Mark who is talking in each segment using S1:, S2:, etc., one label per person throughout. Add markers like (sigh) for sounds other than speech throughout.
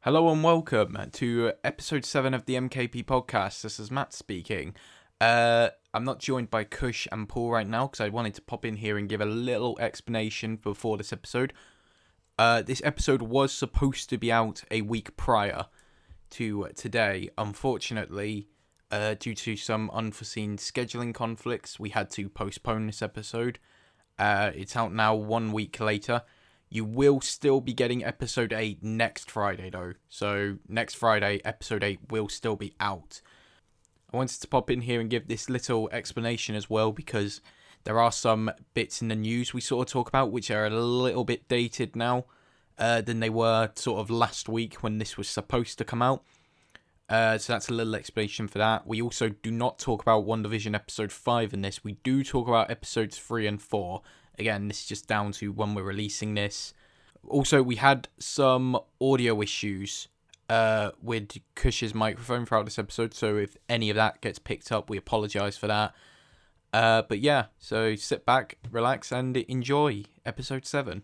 S1: Hello and welcome to episode seven of the MKP podcast. This is Matt speaking. Uh, I'm not joined by Kush and Paul right now because I wanted to pop in here and give a little explanation before this episode. Uh, this episode was supposed to be out a week prior to today. Unfortunately, uh, due to some unforeseen scheduling conflicts, we had to postpone this episode. Uh, it's out now one week later. You will still be getting episode 8 next Friday, though. So, next Friday, episode 8 will still be out. I wanted to pop in here and give this little explanation as well because there are some bits in the news we sort of talk about which are a little bit dated now uh, than they were sort of last week when this was supposed to come out. Uh, so that's a little explanation for that. We also do not talk about One Division episode five in this. We do talk about episodes three and four. Again, this is just down to when we're releasing this. Also, we had some audio issues uh, with Kush's microphone throughout this episode. So if any of that gets picked up, we apologise for that. Uh, but yeah, so sit back, relax, and enjoy episode seven.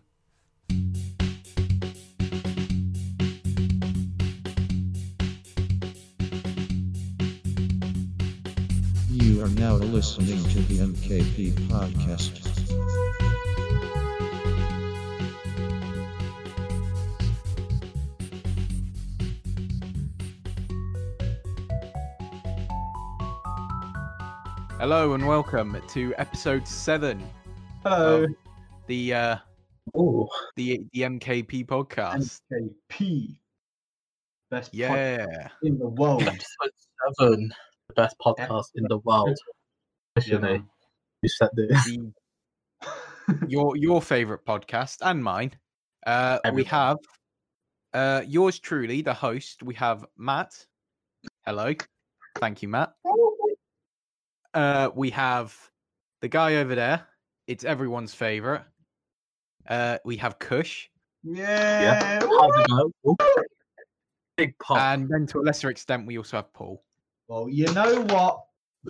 S2: You are now listening to the MKP podcast.
S1: Hello and welcome to episode seven
S3: Hello.
S1: of the uh,
S3: Oh,
S1: the the MKP podcast.
S3: MKP. Best podcast
S1: Yeah,
S3: in
S1: (laughs)
S3: the world.
S4: episode seven, the best podcast in the world. Literally,
S3: man.
S4: you said this.
S1: the- your your favorite podcast and mine. Uh, we
S4: Everyone.
S1: have uh, yours truly, the host. We have Matt. Hello, thank you, Matt. Uh, we have the guy over there. It's everyone's favorite. Uh, we have Kush.
S3: yeah.
S4: How's it going? Ooh.
S1: (laughs)
S4: Big pop.
S1: And then to a lesser extent, we also have Paul.
S3: Well, you know what?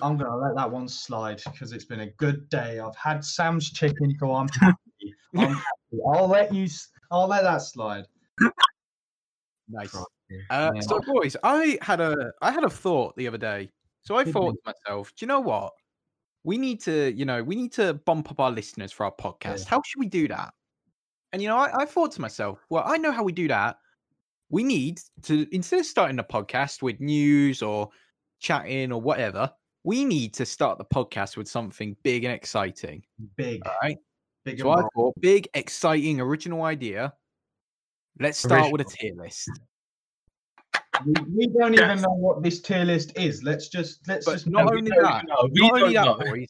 S3: I'm gonna let that one slide because it's been a good day. I've had Sam's chicken, so
S1: (laughs)
S3: I'm happy. I'm happy. I'll let you. s- I'll let that slide.
S1: Nice.
S3: Crikey.
S1: Uh,
S3: Yeah.
S1: So, boys, I had a I had a thought the other day. So I
S3: Did
S1: thought to myself, do you know what? We need to, you know, we need to bump up our listeners for our podcast.
S3: Yeah.
S1: How should we do that? And you know, I, I thought to myself, well, I know how we do that. We need to instead of starting the podcast with news or chatting or whatever, we need to start the podcast with something big and exciting.
S3: Big,
S1: All right.
S3: big.
S1: So
S3: and
S1: I
S3: bold.
S1: thought big, exciting, original idea. Let's start with a tier list.
S3: we, we don't even
S4: Yes.
S3: know what this tier list is. Let's just let's
S1: But
S3: just
S1: not
S3: know.
S1: only
S4: don't
S1: that,
S4: know. We
S1: not only
S4: don't
S1: that,
S4: know.
S1: boys.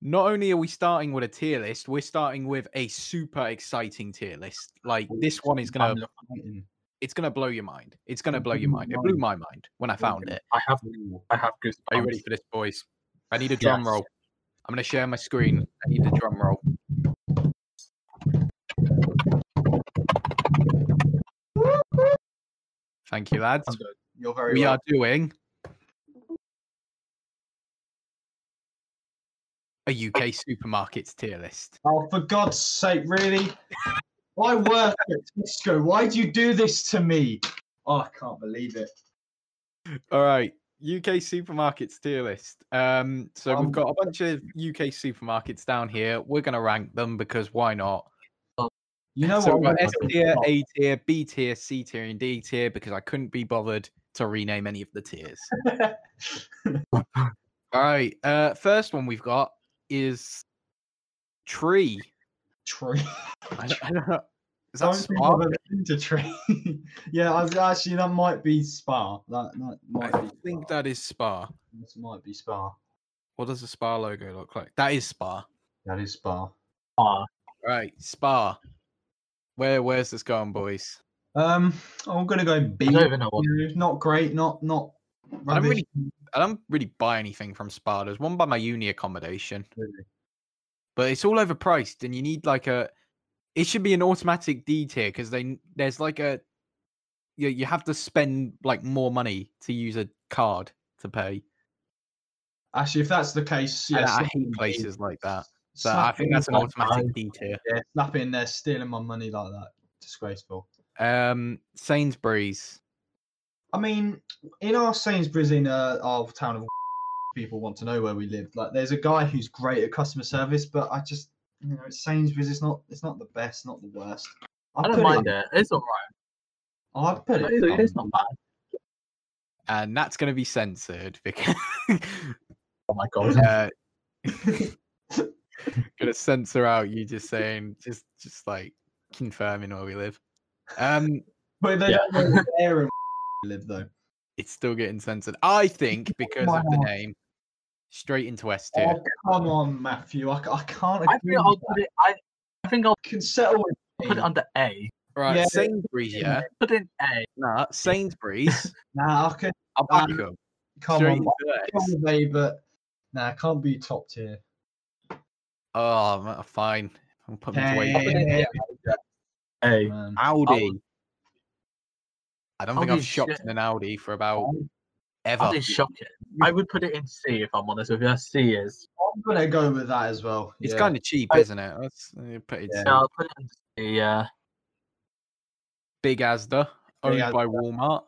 S1: Not only are we starting with a tier list, we're starting with a super exciting tier list. Like this one is gonna,
S3: Family
S1: it's gonna blow your mind. It's gonna blow your
S3: Blew my
S1: mind. It
S3: mind.
S1: blew my mind when I found
S3: Okay.
S1: it.
S4: I have,
S3: fighting.
S4: I have goosebumps.
S1: Are you ready for this, boys? I need a drum
S4: Yes.
S1: roll. I'm gonna share my screen. I need a drum roll. Thank you, lads.
S4: I'm good.
S3: You're very.
S1: We
S3: welcome.
S1: are doing a UK supermarkets tier list.
S3: Oh, for God's sake, really? I work at Tesco. Why do you do this to me? Oh, I can't believe it.
S1: All right, UK supermarkets tier list. Um, so
S3: Um,
S1: we've got a bunch of UK supermarkets down here. We're gonna rank them because why not?
S3: You know
S1: So we've
S3: what?
S1: got S tier, (laughs) A tier, B tier, C tier, and D tier because I couldn't be bothered to rename any of the
S3: (laughs)
S1: tiers. All right, uh, first one we've got is tree.
S3: Tree.
S1: I don't, I don't know. Is that
S3: Don't think I've
S1: smart?
S3: ever been to tree. (laughs) yeah, I was actually that might be spa. That, that might
S1: I
S3: be.
S1: think
S3: spa.
S1: that is Spa.
S3: this might be spa.
S1: What does the Spa logo look like? That is Spa.
S3: That is spa.
S4: (laughs) Ah,
S1: Right, Spa. Where where's this going, boys?
S3: Um, I'm gonna go B.
S4: I don't even know what.
S3: You know, Not great. Not not.
S1: don't
S3: rubbish.
S1: I don't really buy anything from Spa. There's one by my uni accommodation,
S3: Really.
S1: but it's all overpriced, and you need like a. It should be an automatic D tier because they there's like a. You you have to spend like more money to use a card to pay.
S3: Actually, if that's the case,
S1: And
S3: yeah,
S1: I
S3: slap
S1: hate
S3: in B.
S1: places like that. So I
S3: Slap
S1: think
S3: in
S1: that's an
S3: B.
S1: automatic D tier.
S3: Yeah, slapping there, stealing my money like that. Disgraceful.
S1: Um, Sainsbury's.
S3: I mean, in our Sainsbury's in uh, our town of (laughs) people want to know where we live. Like, there's a guy who's great at customer service, but I just, you know, it's Sainsbury's. It's not, it's not the best, not the worst. I'd
S4: I don't
S3: put
S4: mind
S3: it.
S4: it. It's alright.
S3: I'd put it.
S4: It's, it's not bad.
S1: And that's going to be censored because (laughs)
S4: Oh my god.
S1: uh, (laughs) gonna censor out you just saying just just like confirming where we live. Um,
S3: But they
S4: Yeah.
S3: don't know where
S4: (laughs)
S3: in we live though.
S1: it's still getting censored. I
S3: (laughs)
S1: think because of the name, straight into S tier.
S3: Oh, come on, Matthew. I, c- I can't
S4: I
S3: agree.
S4: think I'll
S3: with
S4: put it. I, I think I'll
S3: that. can settle with
S4: put
S3: me.
S4: it under A.
S1: Right,
S3: Yeah.
S1: Sainsbury's. Yeah,
S4: Put it in A.
S1: nah,
S3: (laughs)
S1: Sainsbury's.
S3: Nah, I can
S1: I'll back
S3: Um,
S1: 'em.
S3: come
S1: Straight
S3: on.
S1: into
S3: come
S1: X.
S3: on, babe, but nah, I can't be top tier.
S1: Oh, ma- fine. I'm putting them
S3: Hey,
S1: away.
S3: hey, hey,
S4: A.
S3: man.
S1: Audi. I don't think I've
S4: Audi's
S1: shopped
S4: shit.
S1: in an Audi for about ever.
S4: That is shocking. I would put it in C if I'm honest with you. C is.
S3: I'm gonna go with that as well.
S1: It's
S3: yeah.
S1: kind of cheap,
S4: I-
S1: isn't it? That's uh, pretty
S3: Yeah.
S1: cheap.
S4: Yeah, I'll put it in C. Yeah.
S1: Big Asda, owned
S3: Big
S1: by Walmart.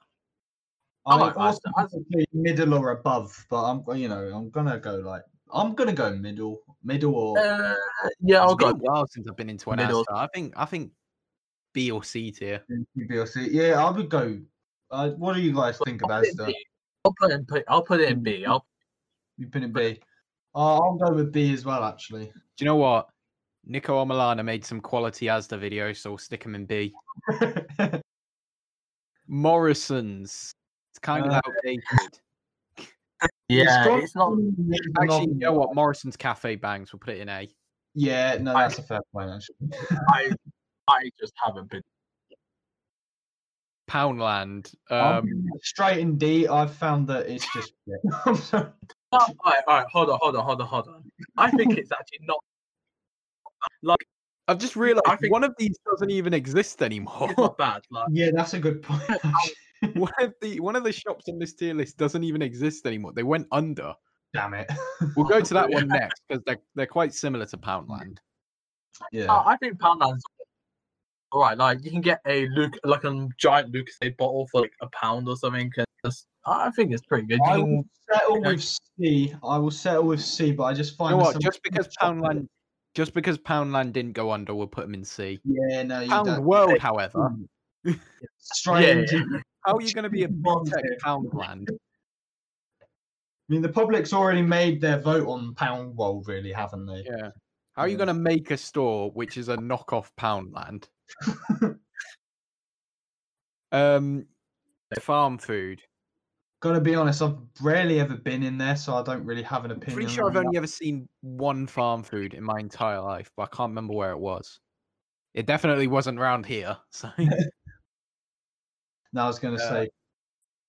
S4: I
S3: I
S4: like
S3: also
S4: that.
S3: want to say middle or above, but I'm you know I'm gonna go like I'm gonna go middle, middle or
S4: Uh, yeah, I'll
S1: it's been
S4: go.
S1: a while since I've been into an
S4: Middle.
S1: Asda. I think I think B or C tier.
S3: BLC. Yeah, I would go. Uh, what do you guys think
S4: I'll
S3: about
S4: put it in
S3: stuff?
S4: B. I'll put it in. P- I'll put it in
S3: Mm.
S4: B. I'll
S3: You put it B. Uh, I'll go with B as well, actually. (laughs)
S1: Do you know what? Nico Milana made some quality Asda videos, so we'll stick him in B. Morrison's. It's kind
S3: Uh,
S1: of outdated.
S4: yeah,
S3: got-
S4: it's not.
S1: Actually, you know what? Morrison's Cafe Bangs. We'll put it in A.
S3: Yeah, no, that's a fair point. Actually,
S4: I I just haven't been.
S1: Poundland.
S3: I'm (laughs)
S1: Um,
S3: gonna go straight in D. I've found that it's just. shit. I'm sorry.
S4: Oh, all right, all right, hold on, hold on, hold on, hold on. I think it's actually not. Like,
S1: I've just realised
S4: I think-
S1: one of these doesn't even exist
S4: it's
S1: anymore.
S4: not
S3: (laughs)
S4: bad. Like,
S3: (laughs) Yeah, that's a good point. actually.
S1: (laughs) one of the one of the shops on this tier list doesn't even exist anymore. They went under.
S3: Damn it.
S1: We'll go to that one next because they're they're quite similar to Poundland.
S3: Yeah.
S4: I I think Poundland's all right. Like, you can get a Luke, like a giant Lucasade bottle for like a pound or something. And just, I I think it's pretty good. You
S3: I
S4: can-
S3: will settle
S4: Okay.
S3: with C. I will settle with C, but I just
S1: You
S3: find
S1: know what?
S3: some-
S1: Just because Poundland, just because Poundland didn't go under, we'll put them in C.
S3: Yeah, no, you
S1: Pound
S3: don't.
S1: World, however, (laughs)
S3: Straight
S4: Yeah,
S3: into.
S1: how are you going to
S3: (laughs)
S1: be a big
S3: Bond
S1: tech
S3: here.
S1: Poundland?
S3: I mean, the public's already made their vote on Pound World, really, haven't they?
S1: Yeah. How are you
S3: Yeah.
S1: going to make a store which is a knockoff
S3: (laughs)
S1: Poundland? um, farm food.
S3: Gotta be honest, I've rarely ever been in there, so I don't really have an opinion.
S1: Pretty sure I've
S3: on
S1: only ever seen one farm food in my entire life, but I can't remember where it was. It definitely wasn't round here. (laughs)
S3: (laughs)
S1: So
S3: that. No, I was gonna
S1: uh,
S3: say.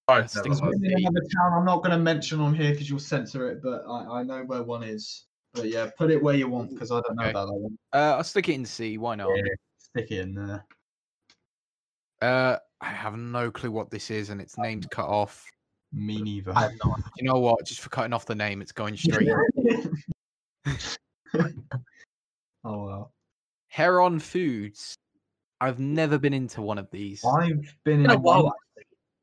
S4: all right,
S1: Yes,
S4: never
S1: things
S4: mind.
S1: like-
S3: Maybe another town I'm not gonna mention on here because you'll censor it, but I, I know where one is. But yeah, put it where you want because I don't know
S1: Okay.
S3: about that one.
S1: uh, I'll stick it in C. Why not?
S3: Yeah, Stick it in there.
S1: Uh, I have no clue what this is, and its name's cut off.
S3: Me neither.
S4: I have
S3: (laughs)
S4: no idea.
S1: You know what? Just for cutting off the name, it's going straight.
S3: oh well.
S1: Heron Foods. I've never been into one of these.
S3: I've been in
S4: Been a while.
S3: one.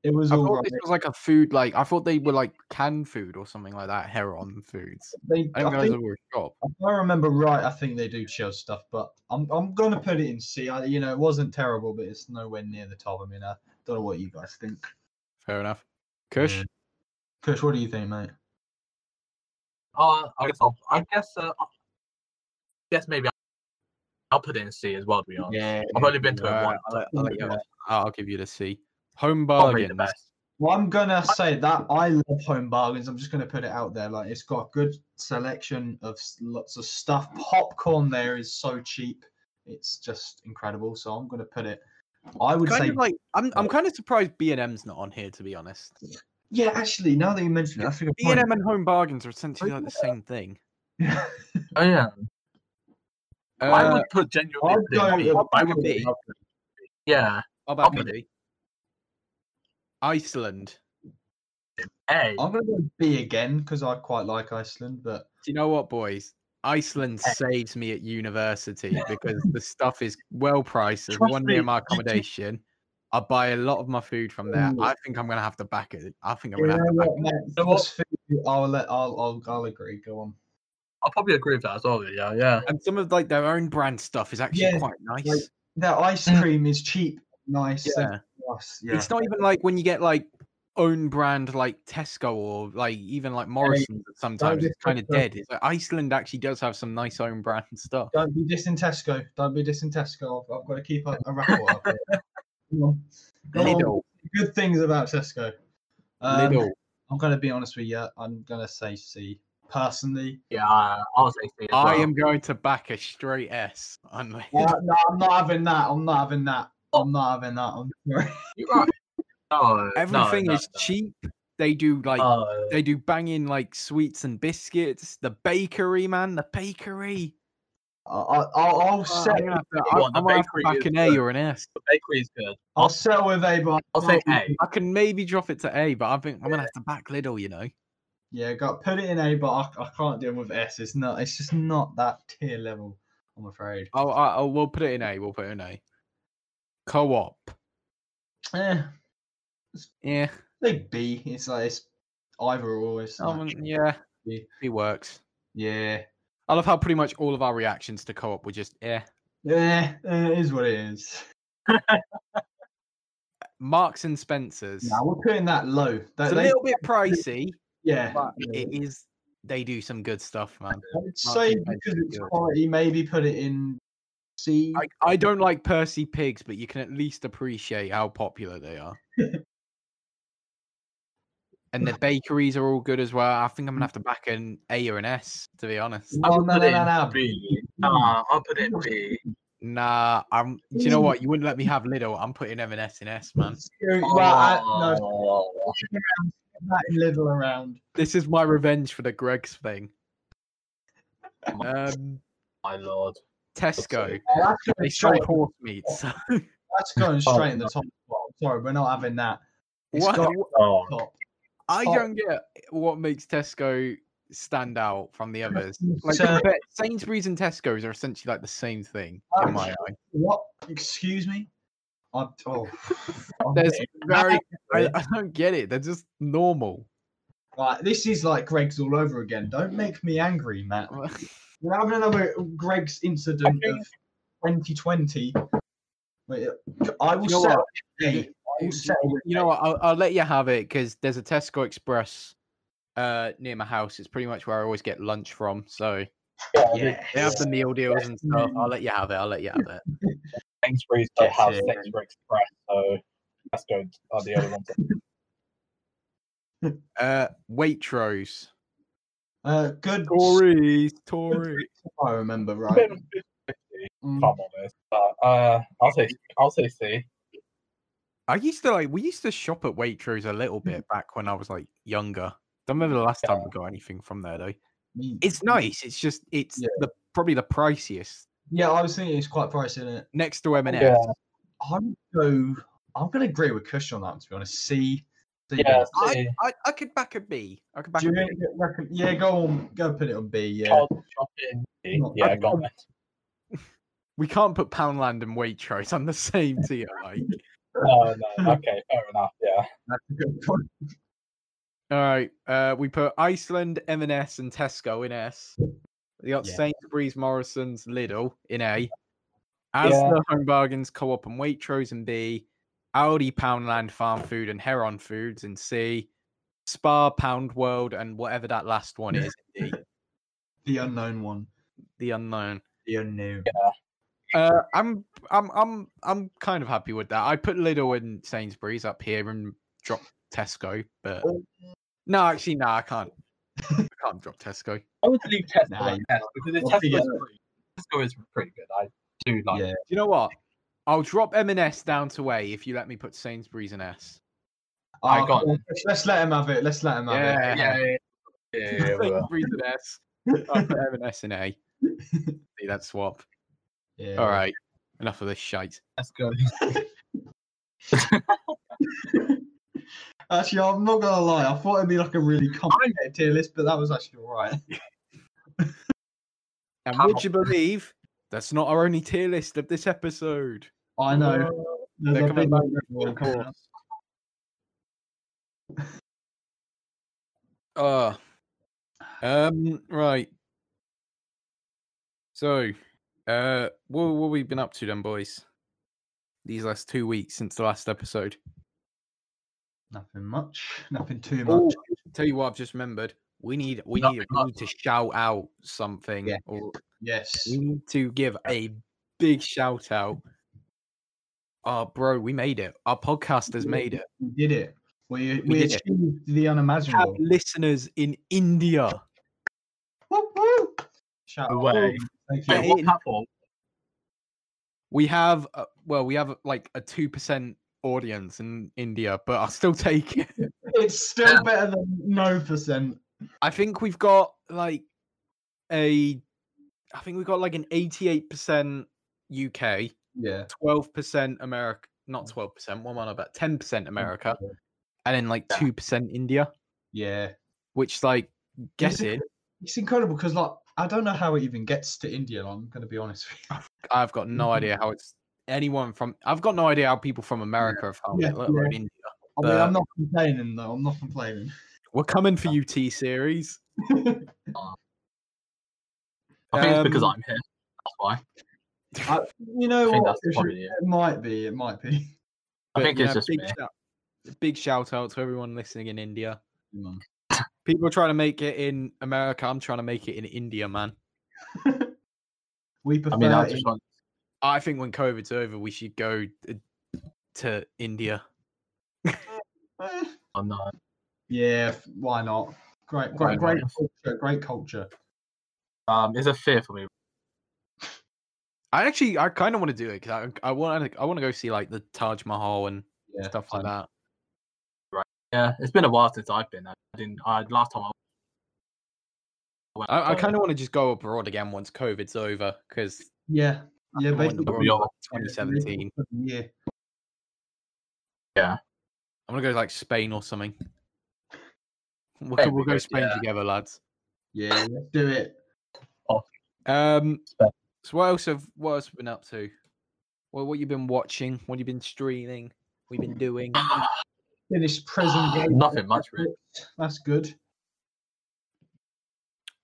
S3: It was
S1: I
S3: all
S1: thought
S3: right.
S1: this was like a food, like I thought they were like canned food or something like that. Heron Foods.
S3: They,
S1: I didn't
S3: I
S1: realize
S3: think
S1: they were a shop.
S3: If I remember right, I think they do chill stuff, but I'm I'm gonna put it in C. I, you know, it wasn't terrible, but it's nowhere near the top. I mean, I don't know what you guys think.
S1: Fair enough. Kush.
S3: Yeah. Kush, what do you think, mate?
S4: Uh, I guess I'll, I guess uh, I guess maybe I'll, I'll put it in C as well. To be honest,
S3: Yeah,
S4: I've only been to it
S1: Right,
S4: once.
S1: I'll, Uh, let- I'll let you have
S3: Yeah.
S1: it. I'll give you the C. Home
S4: Probably
S1: bargain.
S4: the best.
S3: well, I'm gonna say that I love home bargains. I'm just gonna put it out there. Like, it's got a good selection of s- lots of stuff. Popcorn there is so cheap; it's just incredible. So I'm gonna put it. I would
S1: Kind
S3: say,
S1: of like I'm. I'm kind of surprised B and M's not on here, to be honest.
S3: yeah. Actually, now that you mention it, that's a good
S1: B and
S3: point. (laughs)
S1: M and home bargains are essentially like the same thing.
S4: Oh yeah, I
S1: Uh,
S4: would put genuinely.
S3: I'd
S4: in
S3: go
S4: C.
S3: with
S4: I would
S1: B.
S4: yeah.
S1: I'll
S4: I'll
S1: back
S4: put
S1: it. Iceland.
S4: A.
S3: I'm gonna go B again because I quite like Iceland, but
S1: Do you know what, boys? Iceland
S4: Eh.
S1: saves
S3: (laughs)
S1: me at university because the stuff is well priced. There's
S4: Trust
S1: one
S4: me,
S1: near my
S4: you do-
S1: accommodation. I buy a lot of my food from there. I think I'm gonna have to back it. I think I'm
S3: You
S1: gonna
S3: know
S1: have to back
S3: what, mate?
S4: know what?
S3: Just food, I'll let. I'll, I'll. I'll agree. Go on.
S4: I'll probably agree with that as well. Yeah, yeah.
S1: it. And some of like their own brand stuff is actually
S3: Yeah,
S1: quite nice.
S3: like, Their ice
S4: Mm.
S3: cream is cheap, nice.
S1: yeah.
S3: and nice, yeah.
S1: It's not even like when you get like own brand like Tesco or like even like Morrison's sometimes
S3: be
S1: it's kind of
S3: Tesco.
S1: dead. It's like Iceland actually does have some nice own brand (laughs) stuff.
S3: Don't be dissing Tesco. Don't be dissing Tesco. I've, I've got to keep a, a rapport. up here.
S1: (laughs)
S3: Come on. Come on.
S1: Lidl,
S3: Good things about Tesco. Um,
S1: Lidl.
S3: I'm gonna be honest with you. I'm gonna say C. Personally,
S4: Yeah, I- I'll say C as
S1: I
S4: well.
S1: am going to back a straight S on Lidl. (laughs)
S3: no, (laughs) no, I'm not having that. I'm not having that. I'm not having that. I'm sorry. (laughs)
S4: You're right. No,
S1: Everything
S4: no,
S1: is
S4: no, Uh,
S1: cheap. They do like
S4: No.
S1: they do banging like sweets and biscuits. The bakery, man, the bakery.
S3: I, I, I'll, I'll
S1: Oh,
S3: settle.
S1: I'm gonna have to,
S4: you
S1: I'm,
S4: want, the
S1: I'm gonna have to
S4: bakery
S1: back
S4: is
S1: an A
S4: good.
S1: or an S.
S4: the bakery is good.
S3: I'll settle with A, but
S4: I'll say A.
S1: I can maybe drop it to A, but I think I'm gonna have to back Lidl. You know,
S3: Yeah, got put it in A, but I, I can't deal with S. It's not. It's just not that tier level. I'm afraid.
S1: I'll, i I'll we'll put it in A. We'll put it in A. Co-op.
S3: Eh,
S1: Yeah,
S3: like B. It's like it's either or. always.
S1: um, yeah,
S3: Yeah.
S1: it works.
S3: yeah.
S1: I love how pretty much all of our reactions to co-op were just eh. yeah.
S3: Yeah, it is what it is.
S1: Marks and Spencers.
S3: Nah, we're putting that low. That,
S1: it's a
S3: they-
S1: little bit pricey,
S3: yeah,
S1: but it is. They do some good stuff, man. (laughs)
S3: I would say
S1: Martin
S3: because
S1: Spencer's
S3: it's
S1: good.
S3: quality, maybe put it in C.
S1: I, I don't like Percy Pigs, but you can at least appreciate how popular they (laughs) are. and the bakeries are all good as well. I think I'm gonna have to back an A or an S, to be honest.
S4: I
S3: Oh,
S4: would
S3: no,
S4: put
S3: no,
S4: it
S3: no,
S4: in
S3: no.
S4: B. Nah, I'll put it in B.
S1: Nah, I'm. Do you (laughs) know what? You wouldn't let me have Lidl. I'm putting M and S in S, man.
S3: Screw- right, I- no,
S4: Oh.
S1: Ah.
S3: that little around.
S1: This is my revenge for the Greg's thing. Um,
S4: My lord.
S1: Tesco.
S3: Oh, that's
S1: They
S3: going
S1: sell
S3: straight.
S1: horse meat. (laughs) so-
S3: That's
S1: (laughs)
S3: going straight in the top. spot. Sorry, we're not having that. It's
S1: What?
S3: got
S4: Oh.
S3: top.
S1: I
S3: Oh.
S1: don't get what makes Tesco stand out from the others. Like,
S3: So-
S1: but Sainsbury's and Tesco's are essentially like the same thing in my eye.
S3: What? Excuse me. I, oh, I'm
S1: There's
S3: getting-
S1: very, (laughs) I, I don't get it. They're just normal.
S3: right, this is like Greg's all over again. Don't make me angry, Matt.
S1: (laughs) I
S3: We're having another Greg's incident
S1: think-
S3: of 2020. Wait, I will
S1: You know
S3: settle
S1: what?
S3: with A.
S1: You-
S3: I will settle with
S1: You know what? I'll, I'll let you have it because there's a Tesco Express uh, near my house. It's pretty much where I always get lunch from. So
S3: yeah.
S1: they have the meal deals and stuff. I'll let you have it. I'll let you have it.
S4: Sainsbury's
S3: don't
S4: don't
S3: Yes, have
S4: have
S3: yeah.
S4: Sainsbury's Express, so Tesco are the other ones.
S1: Uh, Waitrose.
S3: Uh,
S1: (laughs)
S3: good.
S1: Tories. Tories.
S3: if I remember right.
S4: If I'm
S3: Mm.
S4: honest, but uh, I'll say I'll say C.
S1: I used to like we used to shop at Waitrose a
S3: Mm.
S1: little bit back when I was like younger. Don't remember the last time we got anything from there though.
S3: Mm.
S1: It's nice. It's just it's
S3: Yeah.
S1: the probably the priciest
S3: Yeah, I was thinking it's quite pricey, isn't it?
S1: next to M and
S4: Yeah.
S1: S.
S3: I would go. I'm gonna agree with Kush on that. To be honest, C. C
S4: Yeah,
S1: I-
S4: C.
S1: I, I could back a B. I could back
S3: Do
S1: a
S3: you
S1: B.
S3: really reckon- yeah, go on, go put it on B. Yeah,
S4: Child shopping.
S3: Not-
S4: Yeah, got it.
S1: We can't put Poundland and Waitrose on the same tier. Like,
S4: No, no. Okay, fair enough. Yeah.
S3: that's a good point. (laughs)
S1: all right, uh, we put Iceland, M and S, and Tesco in S. We got
S3: Yeah.
S1: Sainsbury's, Morrison's, Lidl in A.
S4: Yeah.
S1: Asda, Home Bargains, Co-op, and Waitrose in B. Aldi, Poundland, Farm Food, and Heron Foods in C. Spa, Pound World, and whatever that last one is in
S3: (laughs)
S1: D.
S3: The unknown one.
S1: The unknown.
S3: The unknown.
S1: Uh, I'm I'm I'm I'm kind of happy with that. I put Lidl and Sainsbury's up here and drop Tesco, but
S3: Oh.
S1: no, actually, no, I can't. I can't drop Tesco.
S4: I would leave Tesco
S3: Nah,
S4: on
S3: you-
S4: S because
S3: Well,
S4: Tesco
S3: yeah.
S4: is pretty. Tesco is pretty good. I do like.
S3: Yeah.
S1: You know what? I'll drop M&S down to A if you let me put Sainsbury's in S.
S4: I
S3: Oh,
S4: got
S3: well, let's- Let's let him have it. Let's let him have it.
S1: Yeah,
S4: Yeah. yeah, yeah, yeah, yeah, yeah.
S1: Sainsbury's in S. I'll put M&S in A. See that swap.
S3: Yeah.
S1: All right, enough of this shite.
S4: Tesco.
S3: Actually, I'm not gonna lie. I thought it'd be like a really complicated tier list, but that was actually all right.
S1: And
S4: How-
S1: would you believe that's not our only tier list of this episode?
S3: (laughs) I know. There's
S1: Uh, They're
S3: a
S1: coming
S3: big
S1: back.
S3: Red Bull
S1: Of
S3: coming out.
S1: course. Ah. um. Right. So, uh, what what we been up to then, boys? These last two weeks since the last episode.
S3: Nothing much. Nothing too
S1: Oh,
S3: much.
S1: tell you what, I've just remembered. We need we
S4: Not
S1: need, we
S4: much.
S1: need to shout out something,
S3: Yeah.
S1: or
S3: Yes.
S1: we need to give a big shout out. Oh, bro, we made it. Our podcast has made it.
S3: We did it. We, we,
S1: did it.
S3: achieved the
S1: Have
S3: unimaginable.
S1: listeners in India.
S3: Woo, woo. Shout out.
S4: Away.
S3: Thank you.
S4: Wait,
S1: Yeah.
S4: what platform?
S1: We have, uh, well, we have like a two percent audience in India, but I'll still take it.
S3: It's still better than no percent.
S1: I think we've got like a, I think we've got like an eighty-eight percent UK,
S3: Yeah.
S1: twelve percent America,
S4: Mm.
S1: not twelve percent. One one about ten percent America, and then like
S4: Yeah.
S1: two percent India,
S3: Yeah.
S1: which like
S3: Yes, it
S4: (laughs)
S1: guessing,
S3: It's incredible because like I don't know how it even gets to India. I'm gonna be honest
S4: (laughs)
S3: with you.
S1: I've got
S4: Mm-hmm.
S1: no idea how it's anyone from. I've got no idea how people from America have found
S3: Yeah,
S1: it, let alone
S3: yeah.
S1: India.
S3: I mean,
S1: But-
S3: I'm not complaining though. I'm not complaining.
S1: We're coming for you, T series.
S4: I think it's because
S1: Um,
S4: I'm here. That's why.
S3: I, you know
S4: I think
S3: what?
S4: that's the
S3: It should-
S4: point. yeah.
S3: it might be. It might be. (laughs)
S4: I
S1: But
S4: think it's
S1: yeah,
S4: just me.
S1: big shout, big shout out to everyone listening in India.
S3: Mm.
S1: People are trying to make it in America. I'm trying to make it in India, man.
S3: We prefer.
S4: I mean, I
S3: it-
S4: just want.
S1: I think when COVID's over, we should go uh, to India.
S3: Eh,
S4: Oh, no.
S3: yeah. f- Why not? Great,
S4: Why
S3: great, great
S4: not?
S3: culture. Great culture.
S4: Um, it's a fear for me.
S1: I actually, I kind of want to do it because I, I want, I want to go see like the Taj Mahal and
S3: Yeah.
S1: stuff like that.
S4: Yeah, it's been a while since I've been. I didn't. I last time I. Went,
S1: I, I kind of want to just go abroad again once COVID's over because
S3: Yeah. Yeah. Basically,
S4: abroad.
S3: yeah,
S4: York.
S3: basically
S1: 2017.
S3: for the year.
S1: I'm gonna go to, like Spain or something. We'll,
S4: Spain
S1: go- we'll
S4: would be
S1: go
S4: good,
S1: Spain
S4: yeah.
S1: together, lads.
S3: Yeah. Let's do it.
S1: Um,
S4: Spain.
S1: so what else have what else have been up to? Well, what you been watching? What you been streaming? What you been
S4: (laughs)
S1: doing?
S3: Finish
S4: (gasps)
S3: present. day.
S4: Nothing much, really.
S3: That's good.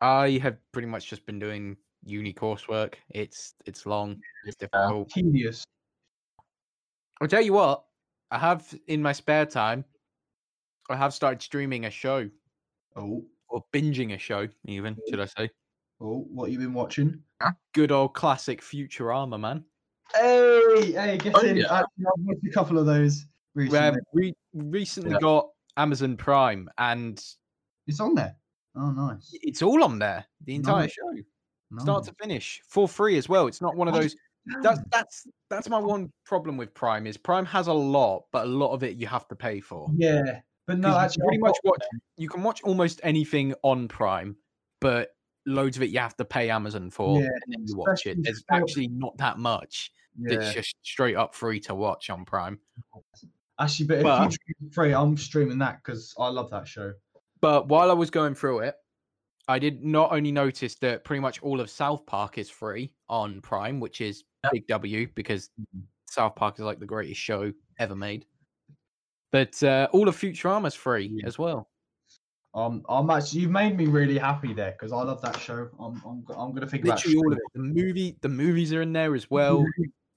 S1: I have pretty much just been doing uni coursework. It's it's long. It's difficult.
S3: Tedious.
S1: I'll tell you what. I have in my spare time. I have started streaming a show
S3: Oh.
S1: or binging a show, even should I say?
S3: Oh. What you been watching?
S1: Good old classic Futurama, man.
S3: Hey, hey, get
S4: Oh,
S3: in.
S4: yeah.
S3: I, I've watched a couple of those recently.
S1: Where we recently
S4: Yeah.
S1: got Amazon Prime, and
S3: it's on there. Oh, nice.
S1: it's all on there. The entire show, start to finish, for free as well. It's not one of
S3: What?
S1: those. That's that's that's my one problem with Prime is Prime has a lot, but a lot of it you have to pay for.
S3: Yeah, but no,
S1: 'Cause
S3: actually,
S1: you pretty
S3: I've
S1: much
S3: got-
S1: watch. You can watch almost anything on Prime, but loads of it you have to pay Amazon for,
S3: Yeah,
S1: and then you watch it.
S3: especially
S1: There's
S3: short-
S1: actually not that much that's
S3: yeah.
S1: just straight up free to watch on Prime.
S3: Actually, but if
S1: But-
S3: you choose free, I'm streaming that because I love that show.
S1: But while I was going through it, I did not only notice that pretty much all of South Park is free on Prime, which is
S4: Yep.
S1: big W because
S3: Mm.
S1: South Park is like the greatest show ever made. But uh, all of Futurama's free
S3: Yeah.
S1: as well.
S3: Um, I'm actually you've made me really happy there because I love that show. I'm, I'm, go- I'm gonna think about
S1: Literally all of
S3: streaming
S1: it. The movie, the movies are in there as well.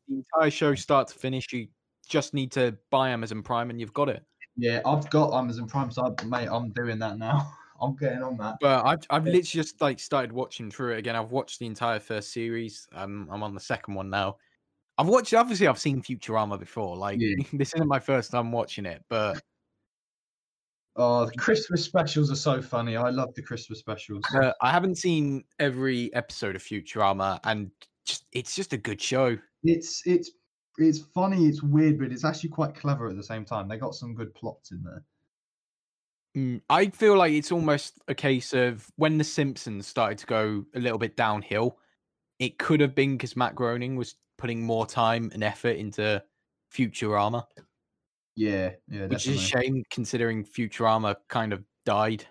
S1: the entire show, start to finish, you just need to buy Amazon Prime and you've got it.
S3: Yeah, I've got Amazon Prime, so I, mate, I'm doing that now. (laughs) I'm getting on that.
S1: But I've I've
S3: Yeah.
S1: literally just like started watching through it again. I've watched the entire first series. I'm I'm on the second one now. I've watched obviously I've seen Futurama before. Like
S3: Yeah.
S1: (laughs) this isn't my first time watching it, but
S3: Oh, the Christmas specials are so funny. I love the Christmas specials.
S1: uh, I haven't seen every episode of Futurama, and just it's just a good show.
S3: It's it's it's funny. It's weird, but it's actually quite clever at the same time. They got some good plots in there.
S1: Mm, I feel like it's almost a case of when The Simpsons started to go a little bit downhill. It could have been because Matt Groening was putting more time and effort into Futurama.
S3: Yeah, yeah,
S1: Which is a
S3: definitely.
S1: shame considering Futurama kind of died.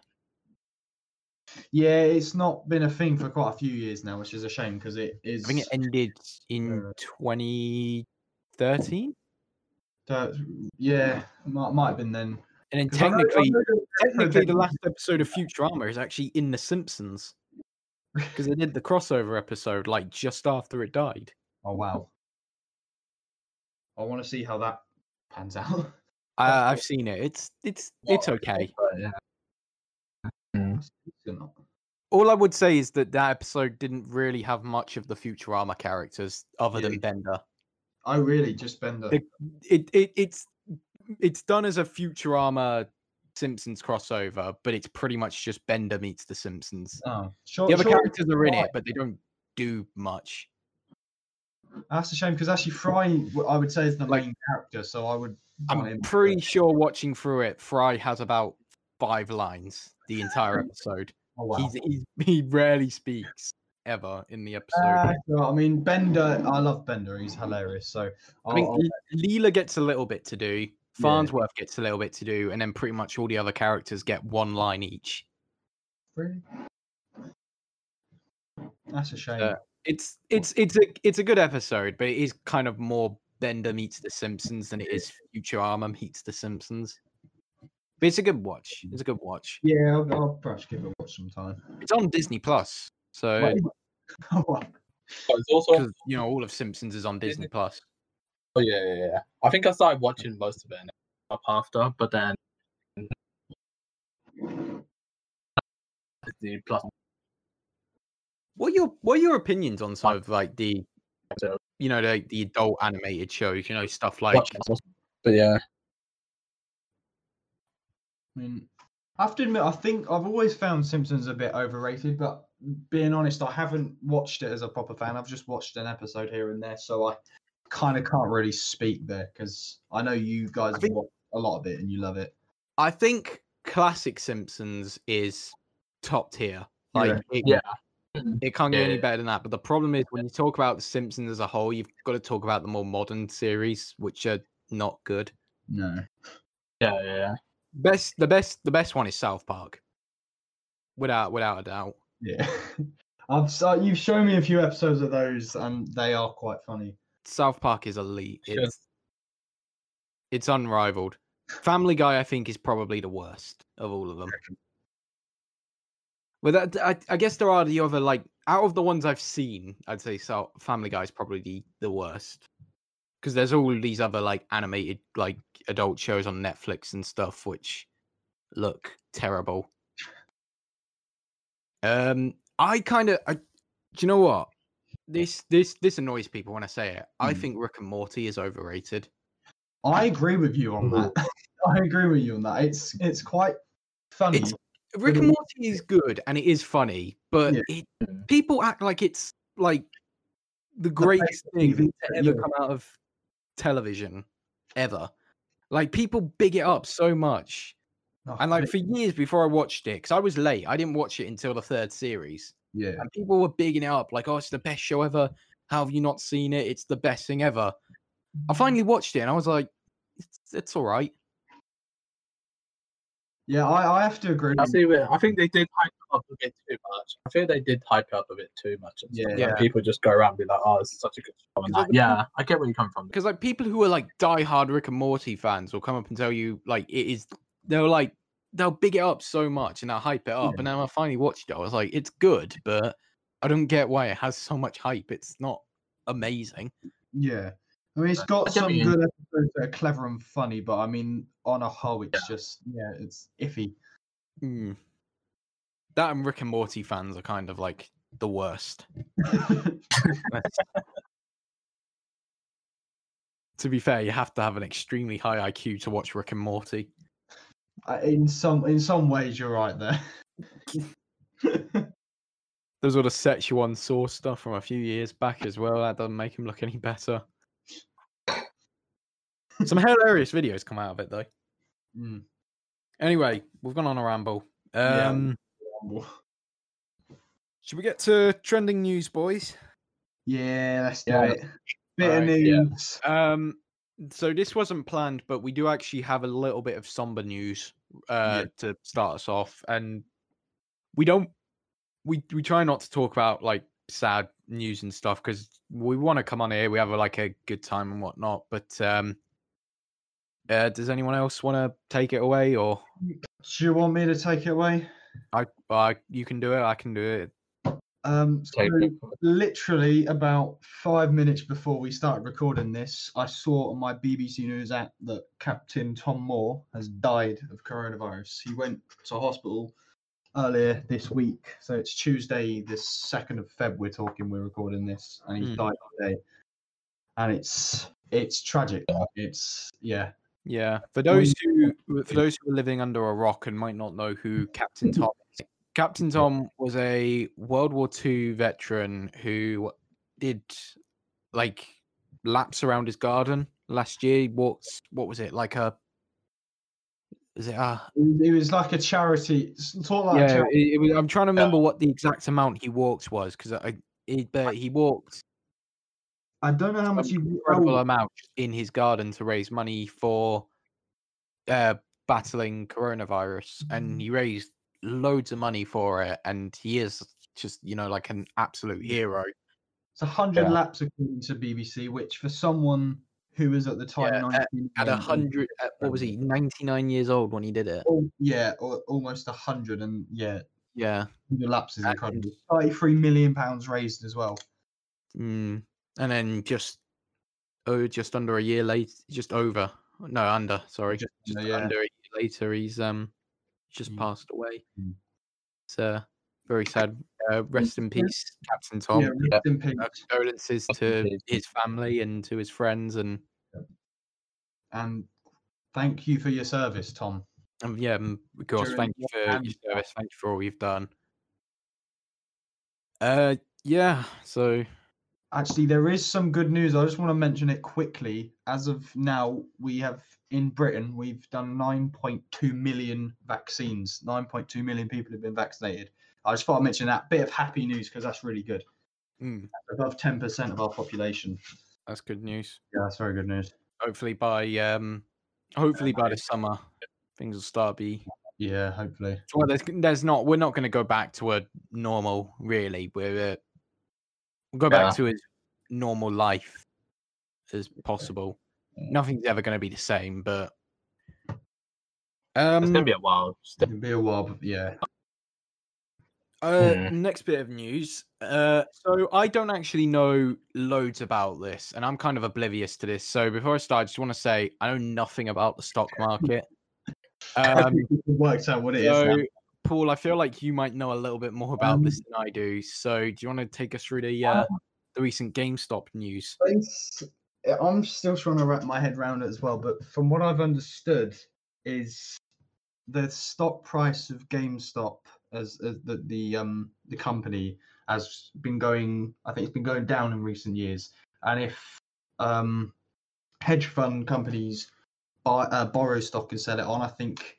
S3: Yeah, it's not been a thing for quite a few years now, which is a shame because it
S1: I
S3: is.
S1: think it ended in
S3: Uh,
S1: 2013.
S3: So, yeah, might, might have been then.
S1: And then
S3: 'Cause I know- I
S1: technically,
S3: know there's
S1: technically, the
S3: different-
S1: last episode of Futurama is actually in The
S3: (laughs)
S1: Simpsons because they did the crossover episode like just after it died.
S3: Oh wow! I want to see how that pans out. (laughs)
S1: Uh, I've seen it. It's it's it's okay.
S3: But, yeah.
S4: Mm.
S3: You're not.
S1: All I would say is that that episode didn't really have much of the Futurama characters other
S3: Yeah.
S1: than Bender.
S3: I really just Bender.
S1: The- It, it it's it's done as a Futurama Simpsons crossover, but it's pretty much just Bender meets the Simpsons.
S3: oh, sure,
S1: The other
S3: sure.
S1: characters are in
S3: Fry.
S1: it, but they don't do much.
S3: That's a shame because actually Fry, w- I would say, is the
S1: Like-
S3: main character. So I would. want
S1: I'm
S3: him, but-
S1: pretty sure watching through it, Fry has about five lines the
S3: (laughs)
S1: entire episode.
S3: Oh, wow.
S1: he's, he's, he rarely speaks ever in the episode.
S3: Uh, well, I mean, Bender. I love Bender. He's hilarious. So
S1: I think
S3: I'll-
S1: L- Leela gets a little bit to do, Farnsworth gets a little bit to do, and then pretty much all the other characters get one line each.
S3: Really? That's a shame.
S1: Uh, It's it's it's a it's a good episode, but it is kind of more Bender meets The Simpsons than it is Futurama meets The Simpsons. But it's a good watch. It's a good watch.
S3: yeah, I'll, I'll perhaps give it a watch sometime.
S1: It's on Disney Plus, so
S3: Wait. (laughs) Oh, wow.
S4: But it's also,
S1: because you know all of Simpsons is on Disney
S4: Disney
S1: Plus.
S4: oh, yeah, yeah, yeah. I think I started watching most of it and up after, but then the plus
S1: What are your what are your opinions on some of like the
S4: episode.
S1: you know the the adult animated shows? You know stuff like
S4: But, but yeah,
S3: I mean, I have to admit, I think I've always found Simpsons a bit overrated, but being honest, I haven't watched it as a proper fan. I've just watched an episode here and there, so I kind of can't really speak there because I know you guys
S1: think-
S3: watch a lot of it and you love it.
S1: I think classic Simpsons is top tier.
S3: Yeah.
S1: Like it,
S4: Yeah.
S1: it can't get
S4: Yeah,
S1: any
S4: yeah.
S1: better than that. But the problem is when you talk about the Simpsons as a whole, you've got to talk about the more modern series, which are not good.
S3: No.
S4: yeah, yeah, yeah.
S1: Best the best the best one is South Park. Without without a doubt.
S3: Yeah. (laughs) I've s- uh, you've shown me a few episodes of those, and they are quite funny.
S1: South Park is elite.
S4: Sure.
S1: It's it's unrivaled. Family Guy, I think, is probably the worst of all of them. But that, I, I guess there are the other like out of the ones I've seen, I'd say Sou- Family Guy is probably the, the worst because there's all these other like animated like adult shows on Netflix and stuff which look terrible. Um, I kind of, I, do you know what? This this this annoys people when I say it. I
S3: Hmm.
S1: think Rick and Morty is overrated.
S3: I agree with you on that. (laughs) I agree with you on that. It's it's quite funny.
S1: It's Rick and Morty is good and it is funny, but
S3: Yeah.
S1: it, people act like it's like the greatest thing
S3: TV
S1: to ever
S3: show.
S1: come out of television ever. Like people big it up so much,
S3: Oh,
S1: and like
S3: but-
S1: for years before I watched it, because I was late, I didn't watch it until the third series,
S3: yeah,
S1: and people were bigging it up like, "Oh, it's the best show ever! How have you not seen it? It's the best thing ever!" I finally watched it, and I was like, "It's, it's all right."
S3: yeah, I, I have to agree.
S4: I
S3: with
S4: see. where- I think they did hype it up a bit too much. I think they did hype it up a bit too much. and stuff.
S3: Yeah.
S4: Like, people just go around and be like, "Oh, it's such a good show." And
S1: Because
S4: that. Yeah, I get where you come from.
S1: because like people who are like diehard Rick and Morty fans will come up and tell you like it is they're like they'll big it up so much and they'll hype it up and then I finally watched it. I was like, it's good, but I don't get why it has so much hype. It's not amazing.
S3: Yeah. I mean, it's
S4: But
S3: got
S4: I get
S3: some
S4: what you
S3: good episodes that are clever and funny, but I mean, on a whole, it's just, yeah, it's iffy. (laughs)
S1: Hmm. That and Rick and Morty fans are kind of like the worst. to be fair, you have to have an extremely high IQ to watch Rick and Morty.
S3: Uh, in some in some ways, you're right
S4: (laughs)
S3: there. (laughs)
S1: There's all the Szechuan sauce stuff from a few years back as well. That doesn't make him look any better. Some hilarious videos come out of it though.
S3: Mm.
S1: Anyway, we've gone on a ramble.
S3: Yeah.
S1: Um, Should we get to trending news, boys?
S3: Yeah, let's do
S4: Yeah.
S3: it. Bit of
S1: Alright,
S4: yeah.
S3: news.
S1: Um, so this wasn't planned, but we do actually have a little bit of somber news uh, to start us off, and we don't we we try not to talk about like sad news and stuff because we want to come on here, we have like a good time and whatnot, but um, Uh, does anyone else want to take it away, or
S3: Do you want me to take it away?
S1: I, I you can do it. I can do it.
S3: Um, so
S4: Take it.
S3: literally about five minutes before we started recording this, I saw on my BBC News app that Captain Tom Moore has died of coronavirus. He went to hospital earlier this week, so it's Tuesday, the second of Feb. We're talking, we're recording this, and he's
S1: Mm.
S3: died today, and it's it's tragic. It's yeah,
S1: Yeah. For
S3: Well,
S1: those who for those who are living under a rock and might not know
S3: (laughs)
S1: who Captain Tom is, Captain Tom was a World War II veteran who did like laps around his garden last year. What's what was it like a? Is it a?
S3: it was like a charity, sort of like a
S1: Yeah,
S3: charity.
S1: it, it was, I'm trying to remember what the exact amount he walked was because I, I but he walked
S3: I don't know how much
S1: some
S3: he
S1: incredible amount in his garden to raise money for uh, battling coronavirus, and he raised loads of money for it. And he is just, you know, like an absolute hero.
S3: It's 100
S4: Yeah.
S3: laps according to BBC, which for someone who was at the time
S1: Yeah,
S3: 19
S1: At a hundred, at- what was he? Ninety nine years old when he did it.
S3: al- yeah, al- almost 100, and yeah,
S1: Yeah,
S3: 100 laps is
S1: And-
S3: incredible. 33 million pounds raised as well.
S1: mm. and then just oh, just under a year later, just over, no, under, sorry, just,
S3: Just under, yeah.
S1: under a year later, he's um just
S3: Mm.
S1: passed away.
S3: Mm.
S1: It's uh, very sad. Uh, rest in peace, Captain Tom.
S3: yeah, rest
S4: yeah.
S3: in peace.
S1: our condolences
S4: Rest in
S1: to
S4: peace.
S1: his family and to his friends and,
S3: And thank you for your service, Tom.
S1: and um, yeah m- of course thank
S3: During
S1: you
S3: the
S1: for your
S3: pandemic.
S1: service thank you for all you've done uh yeah so
S3: Actually, there is some good news. I just want to mention it quickly. As of now, we have in Britain, we've done 9.2 million vaccines. 9.2 million people have been vaccinated. I just thought I'd mention that bit of happy news because that's really good.
S1: mm,
S3: above 10% of our population.
S1: that's good news
S3: Yeah, that's very good news.
S1: hopefully by um hopefully by the summer things will start be
S3: Yeah, hopefully.
S1: well there's, there's not we're not going to go back to a normal really we're uh, we'll go back to as normal life as possible
S4: Mm.
S1: nothing's ever going to be the same but um
S4: it's gonna be a while. Still.
S3: It'll be a while, but yeah.
S1: Uh,
S4: Mm.
S1: next bit of news. Uh, so I don't actually know loads about this, and I'm kind of oblivious to this. So before I start, I just want to say I know nothing about the stock
S4: (laughs)
S1: market. Um,
S3: It works out what it is. now.
S1: so Paul, I feel like you might know a little bit more about
S3: Um,
S1: this than I do. So do you want to take us through the
S3: Oh.
S1: uh, the recent GameStop news?
S3: It's- I'm still trying to wrap my head around it as well, but from what I've understood, is the stock price of GameStop as, as the the um the company has been going. I think it's been going down in recent years, and if um hedge fund companies buy uh, borrow stock and sell it on, I think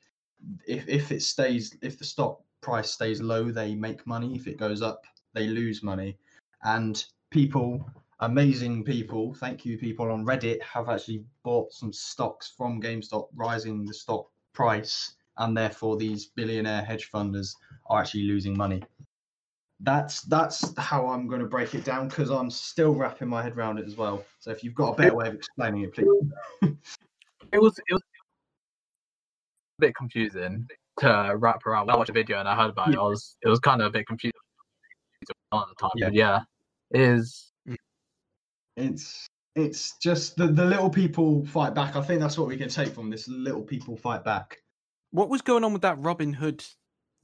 S3: if if it stays if the stock price stays low, they make money. If it goes up, they lose money, and people amazing people, thank you people on Reddit, have actually bought some stocks from GameStop, rising the stock price, and therefore these billionaire hedge funders are actually losing money. That's that's how I'm going to break it down because I'm still wrapping my head around it as well. So if you've got a better way of explaining it, please.
S4: It was it was a bit confusing to wrap around. When I watched a video and I heard about it. I was it was kind of a bit confusing at the time.
S3: Yeah.
S4: But yeah, it is
S3: It's it's just the the little people fight back. I think that's what we can take from this. Little people fight back.
S1: What was going on with that Robin Hood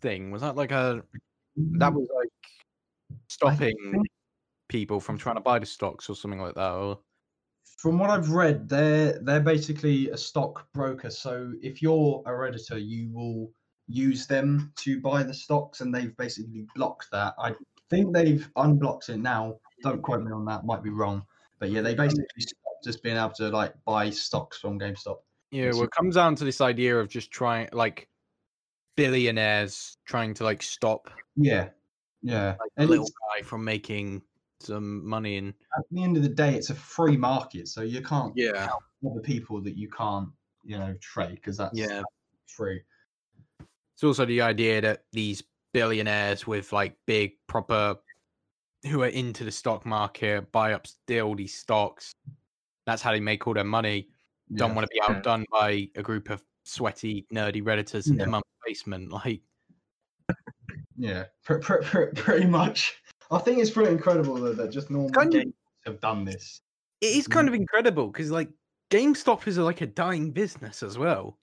S1: thing? Was that like a
S3: Mm.
S1: that was like stopping people from trying to buy the stocks or something like that? Or
S3: from what I've read, they're they're basically a stock broker. So if you're a redditor, you will use them to buy the stocks, and they've basically blocked that. I think they've unblocked it now. Don't quote me on that; might be wrong. But yeah, they basically stopped just being able to like buy stocks from GameStop.
S1: Yeah,
S3: It's
S1: well, it comes down to this idea of just trying, like, billionaires trying to like stop
S3: Yeah, yeah.
S1: like the
S3: And
S1: little
S3: it's-
S1: guy from making some money and
S3: at the end of the day, it's a free market, so you can't
S1: yeah,
S3: tell the people that you can't you know trade because that's
S1: yeah.
S3: free.
S1: It's also the idea that these billionaires with like big proper who are into the stock market buy up, steal these stocks. That's how they make all their money. don't want to be outdone by a group of sweaty, nerdy redditors in their mum's basement. (laughs) Like,
S3: Yeah, pr- pr- pr- pretty much. I think it's pretty incredible though that just normal
S1: Kind of-
S3: games have done this.
S1: it is kind of incredible because like GameStop is like a dying business as (laughs) well.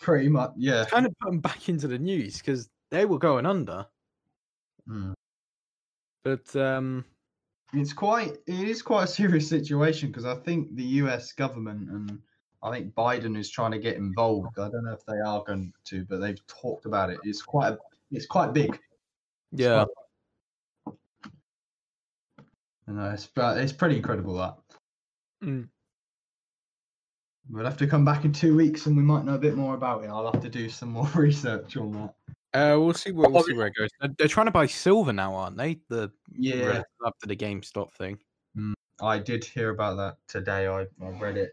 S3: Pretty much, yeah.
S1: It's kind of put them back into the news because they were going under.
S3: Mm.
S1: But um,
S3: It's quite, it is quite a serious situation because I think the U.S. government and I think Biden is trying to get involved. I don't know if they are going to, but they've talked about it. It's quite, a, it's quite big.
S1: yeah,
S3: You know, it's but it's pretty incredible that.
S1: Mm.
S3: We'll have to come back in two weeks and we might know a bit more about it. I'll have to do some more (laughs) research on that.
S1: uh, we'll see where we'll see where it goes. They're, they're trying to buy silver now, aren't they? The
S3: Yeah,
S1: Reddit after the GameStop thing.
S3: I did hear about that today. I, I read it.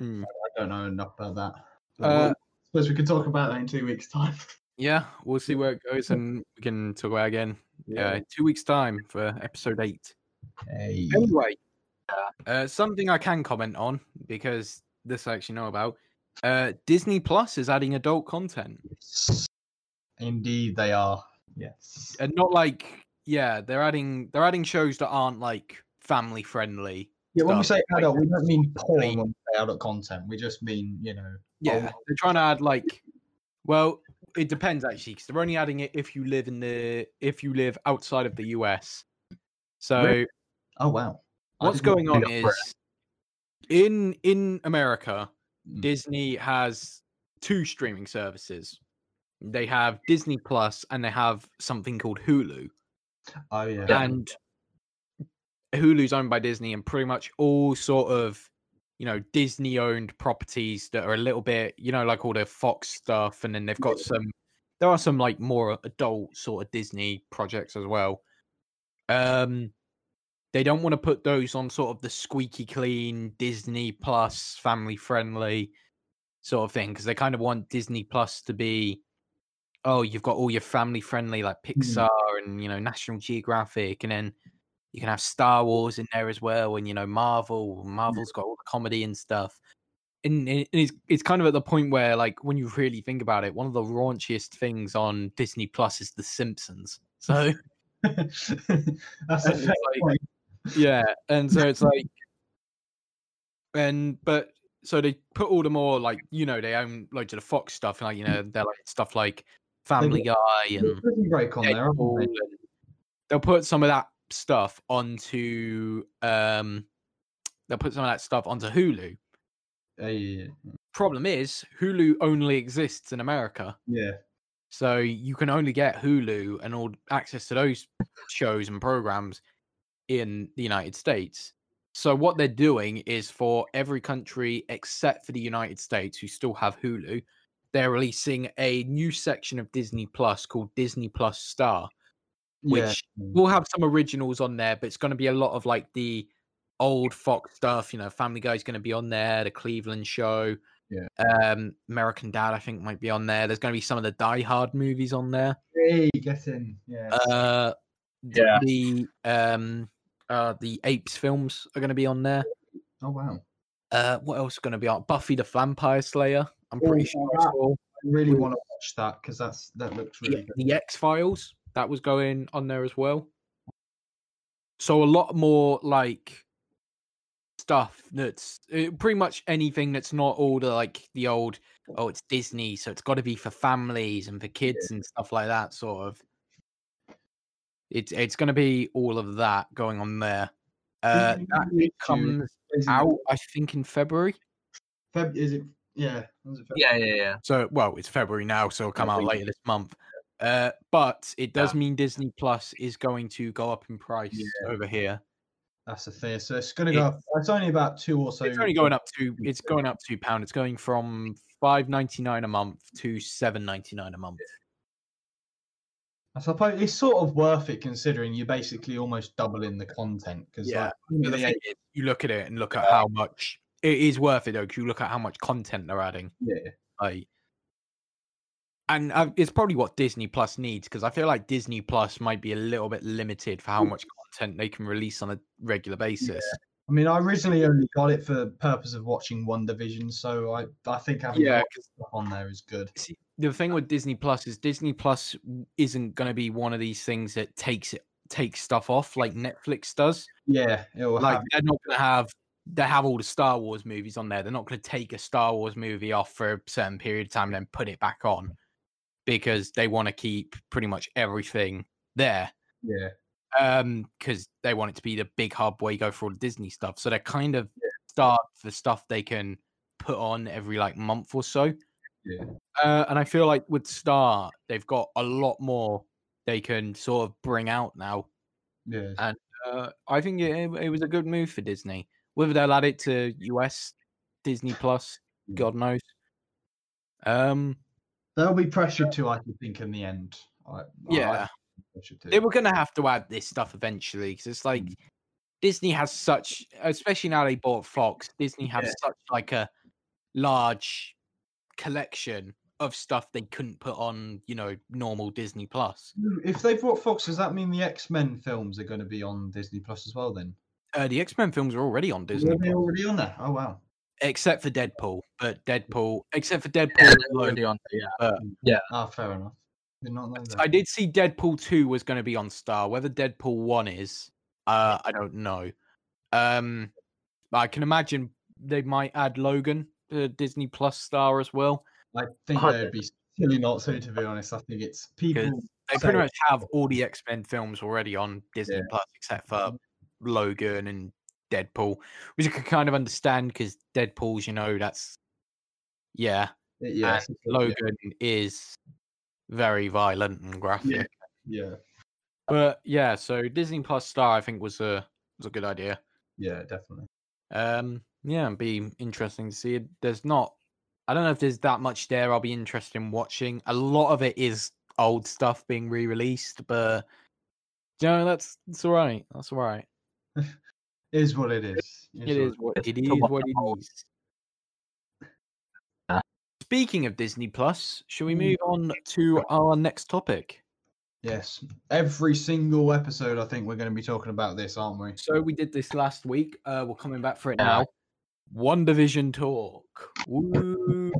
S1: Mm.
S3: I don't know enough about that. But
S1: Uh,
S3: we'll- suppose we could talk about that in two weeks' time.
S1: Yeah, we'll see where it goes, and we can talk about it again. Uh, two weeks time for episode eight.
S3: Hey.
S1: Anyway, uh, something I can comment on because this I actually know about. Uh, Disney Plus is adding adult content,
S3: Indeed, they are. Yes.
S1: and not like yeah, they're adding they're adding shows that aren't like family friendly.
S3: Yeah, when we
S1: stuff,
S3: say
S1: like,
S3: adult, we don't mean porn
S1: like-
S3: when we say adult content. We just mean, you know.
S1: Yeah, Oh, they're trying to add like, well, it depends actually, because they're only adding it if you live in the if you live outside of the US. So
S3: Really? Oh, wow. I
S1: what's
S3: didn't
S1: going
S4: pick
S1: on
S4: up
S1: is
S4: for
S1: in in America,
S3: Mm.
S1: Disney has two streaming services. They have Disney Plus and they have something called Hulu.
S3: Oh, yeah.
S1: And Hulu's owned by Disney and pretty much all sort of you know Disney owned properties that are a little bit, you know, like all the Fox stuff and then they've got some there are some like more adult sort of Disney projects as well. Um they don't want to put those on sort of the squeaky clean Disney Plus family friendly sort of thing because they kind of want Disney Plus to be oh you've got all your family friendly like Pixar and you know National Geographic and then you can have Star Wars in there as well and you know Marvel Marvel's got all the comedy and stuff and, and it's it's kind of at the point where like when you really think about it one of the raunchiest things on Disney Plus is The Simpsons so
S3: (laughs) That's a
S1: and it's
S3: fair
S1: like-
S3: point.
S1: yeah and so
S3: (laughs)
S1: it's like and but so they put all the more like you know they own loads of the fox stuff like you know they're like stuff like family guy and
S3: There's prison break on there, haven't
S1: Deadpool,
S3: they?
S1: and they'll put some of that stuff onto um they'll put some of that stuff onto hulu
S3: Yeah, yeah, yeah.
S1: problem is hulu only exists in america
S3: Yeah.
S1: so you can only get hulu and all access to those shows and programs in the united states so what they're doing is for every country except for the united states who still have hulu they're releasing a new section of disney plus called disney plus star which
S3: yeah.
S1: we'll have some originals on there, but it's going to be a lot of like the old Fox stuff. You know, Family Guy's going to be on there, the Cleveland Show,
S3: Yeah.
S1: um, American Dad, I think might be on there. There's going to be some of the Die Hard movies on there.
S3: Hey, get in. Yeah.
S1: Uh, th-
S4: Yeah.
S1: the um, uh, the Apes films are going to be on there.
S3: oh, wow.
S1: Uh, what else is going to be on? Buffy the Vampire Slayer. I'm pretty
S3: Oh,
S1: sure.
S3: yeah,
S1: I
S3: that-
S1: saw.
S3: I really
S1: Ooh.
S3: want to watch that because that's that looks really
S1: the, the X Files that was going on there as well. So a lot more like stuff that's uh, pretty much anything that's not all the like the old oh it's Disney so it's got to be for families and for kids and stuff like that sort of. It's it's going to be all of that going on there. Uh,
S3: good.
S1: that comes
S3: Is it-
S1: out I think in February.
S3: Feb- is it? Yeah. was it Feb-
S4: Yeah, yeah, yeah.
S1: So, well, it's February now, so it'll come out
S3: February.
S1: later this month. Uh, but it does mean Disney Plus is going to go up in price over here.
S3: That's the thing. So it's gonna go. up- It's only about two or so.
S1: it's only going up to
S3: (laughs)
S1: it's going up two pound. It's going from five ninety nine a month to seven ninety nine a month.
S3: I suppose it's sort of worth it considering you're basically almost doubling the content because
S1: Yeah.
S3: like
S1: But the
S3: yeah,
S1: thing is, you look at it and look at
S3: Uh
S1: how much it is worth it though, 'cause you look at how much content they're adding.
S3: yeah,
S1: Like, and uh, it's probably what Disney Plus needs because I feel like
S3: Mm.
S1: Disney Plus might be a little bit limited for how much content they can release on a regular basis.
S3: I mean, I originally only got it for the purpose of watching One Division, so I I think having
S1: Yeah,
S3: yeah, stuff on there is good.
S1: See, the thing with Disney Plus is Disney Plus w- isn't going to be one of these things that takes it takes stuff off like Netflix does.
S3: Yeah, it'll
S1: Like
S3: have
S1: they're not going to have they have all the Star Wars movies on there. They're not going to take a Star Wars movie off for a certain period of time and then put it back on because they want to keep pretty much everything there
S3: yeah.
S1: um because they want it to be the big hub where you go for all the disney stuff so they're kind of start for stuff they can put on every like month or so
S3: Yeah.
S1: uh, and i feel like with star they've got a lot more they can sort of bring out now
S3: Yeah,
S1: uh, i think it, it was a good move for disney whether they'll add it to us disney plus
S3: Yeah.
S1: god knows um
S3: they'll be pressured to, I think, in the end. Oh, I, I- I
S1: Yeah.
S3: think they should do.
S1: they were going to have to add this stuff eventually because it's
S3: Mm.
S1: like Disney has such, especially now they bought Fox. Disney have
S3: Yeah.
S1: such like a large collection of stuff they couldn't put on, you know, normal Disney Plus.
S3: If they brought Fox, does that mean the X Men films are going to be on Disney Plus as well? Then
S1: Uh, the X Men films are already on
S3: Were
S1: Disney,
S3: they already on there? Oh wow.
S1: except for Deadpool. But Deadpool, except for Deadpool,
S4: Yeah, they're
S1: alone,
S4: already on there, yeah.
S3: Ah, fair enough. Did not know that.
S1: I did see Deadpool 2 was going to be on Star. Whether Deadpool 1 is, uh, I don't know. Um, but I can imagine they might add Logan to Disney Plus Star as well.
S3: I think
S4: Oh,
S3: they would be silly not to. To be honest, I think it's people.
S1: They
S3: So-
S1: pretty much have all the X Men films already on Disney
S3: Yeah.
S1: Plus, except for Logan and Deadpool, which I could kind of understand because Deadpool's, you know, that's yeah.
S3: Yeah,
S1: and Logan is very violent and graphic.
S3: Yeah. yeah,
S1: But yeah, so Disney Plus Star, I think was a was a good idea.
S3: yeah, definitely.
S1: Um, yeah, it'd be interesting to see. There's not, I don't know if there's that much there. I'll be interested in watching. A lot of it is old stuff being re-released, but you know that's that's all right. That's all right.
S3: Is what it is. It
S1: It
S3: what-
S1: is what
S4: It's
S1: it
S4: the
S1: is.
S4: one
S1: What it is.
S4: Yeah.
S1: Speaking of Disney Plus, shall we
S3: Mm.
S1: move on to our next topic?
S3: Yes. Every single episode, I think we're going to be talking about this, aren't we?
S1: So we did this last week. Uh, we're coming back for it
S4: Yeah.
S1: now. One Division talk. Woo.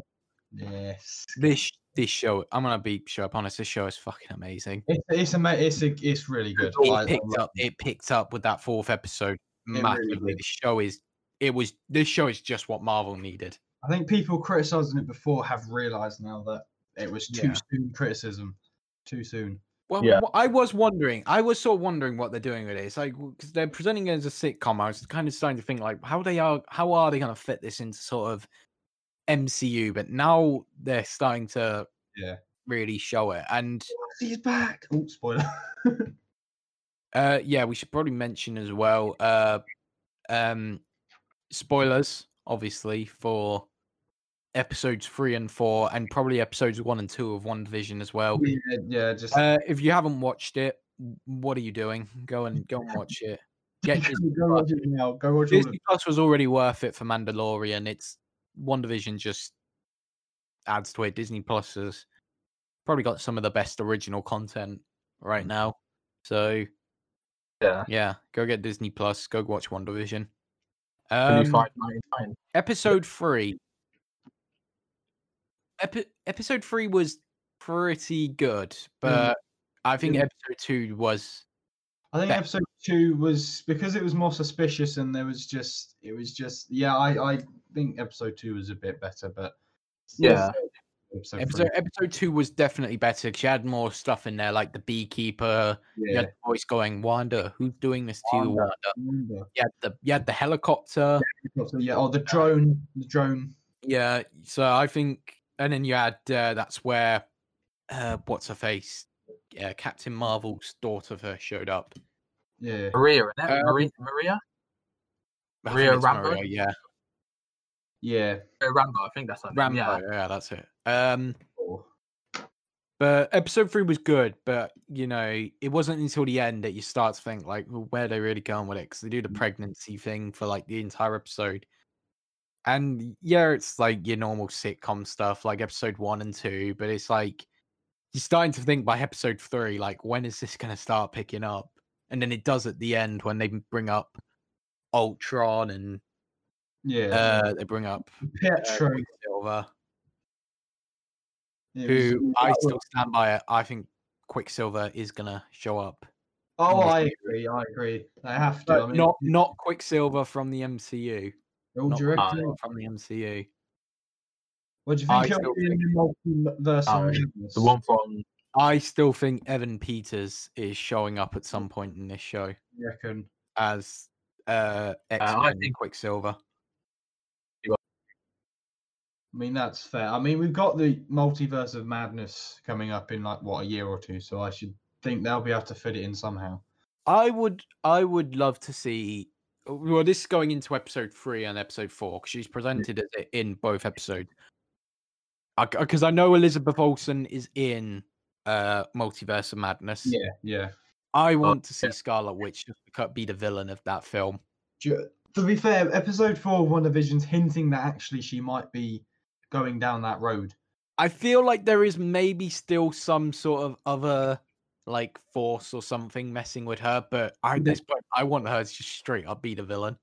S3: Yes.
S1: this this show i'm gonna be straight up honest this show is fucking amazing
S3: It's it's ama- it's, a, it's really good.
S1: it
S3: Oh, I- I
S1: picked
S3: love
S1: up it picked up with that fourth episode
S3: really
S1: massively
S3: did.
S1: the show is it was this show is just what marvel needed
S3: I think people criticizing it before have realized now that it was too
S1: Yeah.
S3: soon criticism. Too soon.
S1: well
S4: Yeah.
S1: wh- i was wondering i was sort of wondering what they're doing with it it's like because they're presenting it as a sitcom i was kind of starting to think like how they are how are they gonna fit this into sort of mcu but now they're starting to
S3: Yeah. really
S1: really show it and
S3: He's back. Oh, spoiler.
S1: Uh, yeah, we should probably mention as well. Uh, um, spoilers, obviously, for episodes three and four, and probably episodes one and two of One Division as well.
S3: (laughs) yeah, yeah, just
S1: Oh. Uh, if you haven't watched it, w- what are you doing? Go and go and watch it. Get
S3: (laughs)
S1: Disney
S3: (laughs) go
S1: Plus.
S3: watch it now. Go watch all of
S1: Disney Plus was already worth it for Mandalorian. It's One Division just adds to it. Disney Plus has probably got some of the best original content right now. So
S4: Yeah.
S1: yeah, go get Disney Plus. Go watch One Division.
S4: Only
S1: Um,
S4: five ninety nine.
S1: episode three. Epi- episode three was pretty good, but I think
S3: Yeah.
S1: episode two was
S3: I think
S1: Bet.
S3: episode two was because it was more suspicious and there was just it was just yeah I I think episode two was a bit better but
S4: Yeah.
S3: episode,
S1: episode episode two was definitely better. 'cause She had more stuff in there, like the beekeeper.
S3: three,
S1: You
S3: yeah
S1: had the voice going, "Wanda, who's doing this to you?" uh,
S4: Wanda.
S1: Wanda.
S3: wonder.
S1: You had the you had the helicopter.
S3: So, yeah
S1: Uh,
S3: oh the drone the drone
S1: Yeah, so I think, and then you had uh, that's where uh, what's her face, uh, Captain Marvel's daughter first showed up.
S3: yeah
S4: Maria, isn't it?
S1: Um,
S4: Maria, Maria,
S1: I think
S4: Maria
S1: it's
S4: Rambo?
S1: yeah,
S3: yeah
S4: Uh, Rambo. I think that's her name.
S1: Rambo,
S4: Yeah.
S1: yeah. that's it. Um,
S3: or-
S1: but episode three was good, but you know, it wasn't until the end that you start to think like, well, where are they really going with it? Because they
S3: Mm.
S1: do the pregnancy thing for like the entire episode, and yeah, it's like your normal sitcom stuff, like episode one and two, but it's like you're starting to think by episode three, like, when is this going to start picking up? And then it does at the end when they bring up Ultron and
S3: Yeah.
S1: uh, they bring up uh,
S3: Pietro.
S1: Quicksilver,
S3: it was-
S1: who I
S3: that
S1: still stand by. it. I think Quicksilver is gonna show up.
S3: Oh,
S1: was-
S3: I agree. I agree. They have to. I
S1: But
S3: mean,
S1: not not Quicksilver from the MCU.
S3: they're all
S1: Not
S3: directed.
S1: Quicksilver from the MCU.
S3: What do you
S1: I
S3: think
S1: still Oh,
S3: it'll be in the multiverse? of
S4: Sorry,
S3: madness?
S4: The one from
S1: I still think Evan Peters is showing up at some point in this show
S3: You reckon?
S1: as uh, X
S4: think-
S1: Quicksilver.
S3: I mean, that's fair. I mean, we've got the multiverse of madness coming up in like what a year or two, so I should think they'll be able to fit it in somehow.
S1: I would I would love to see. Well, this is going into episode three and episode four because she's presented as it in both episodes. Because I, know Elizabeth Olsen is in uh, Multiverse of Madness.
S3: Yeah, yeah.
S1: I want to see
S4: yeah.
S1: Scarlet Witch just beco- be the villain of that film.
S3: Ju- To be fair, episode four of WandaVision's hinting that actually she might be going down that road.
S1: I feel like there is maybe still some sort of other like force or something messing with her, but I, at this point, I want her to just straight up be the villain.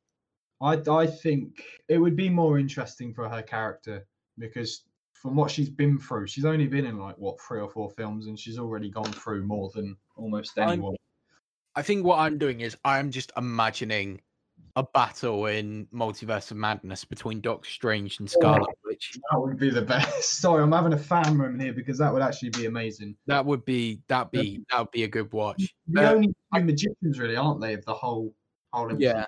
S3: I I think it would be more interesting for her character because from what she's been through, she's only been in like what three or four films, and she's already gone through more than almost
S1: I'm-
S3: anyone.
S1: I think what I'm doing is I'm just imagining a battle in Multiverse of Madness between Doctor Strange and Scarlet Witch.
S3: That would be the best. (laughs) Sorry, I'm having a fan room here because that would actually be amazing.
S1: That would be that be that would be a good watch.
S3: The
S1: Uh,
S3: only two magicians, really, aren't they? Of the whole whole. MCU?
S1: Yeah.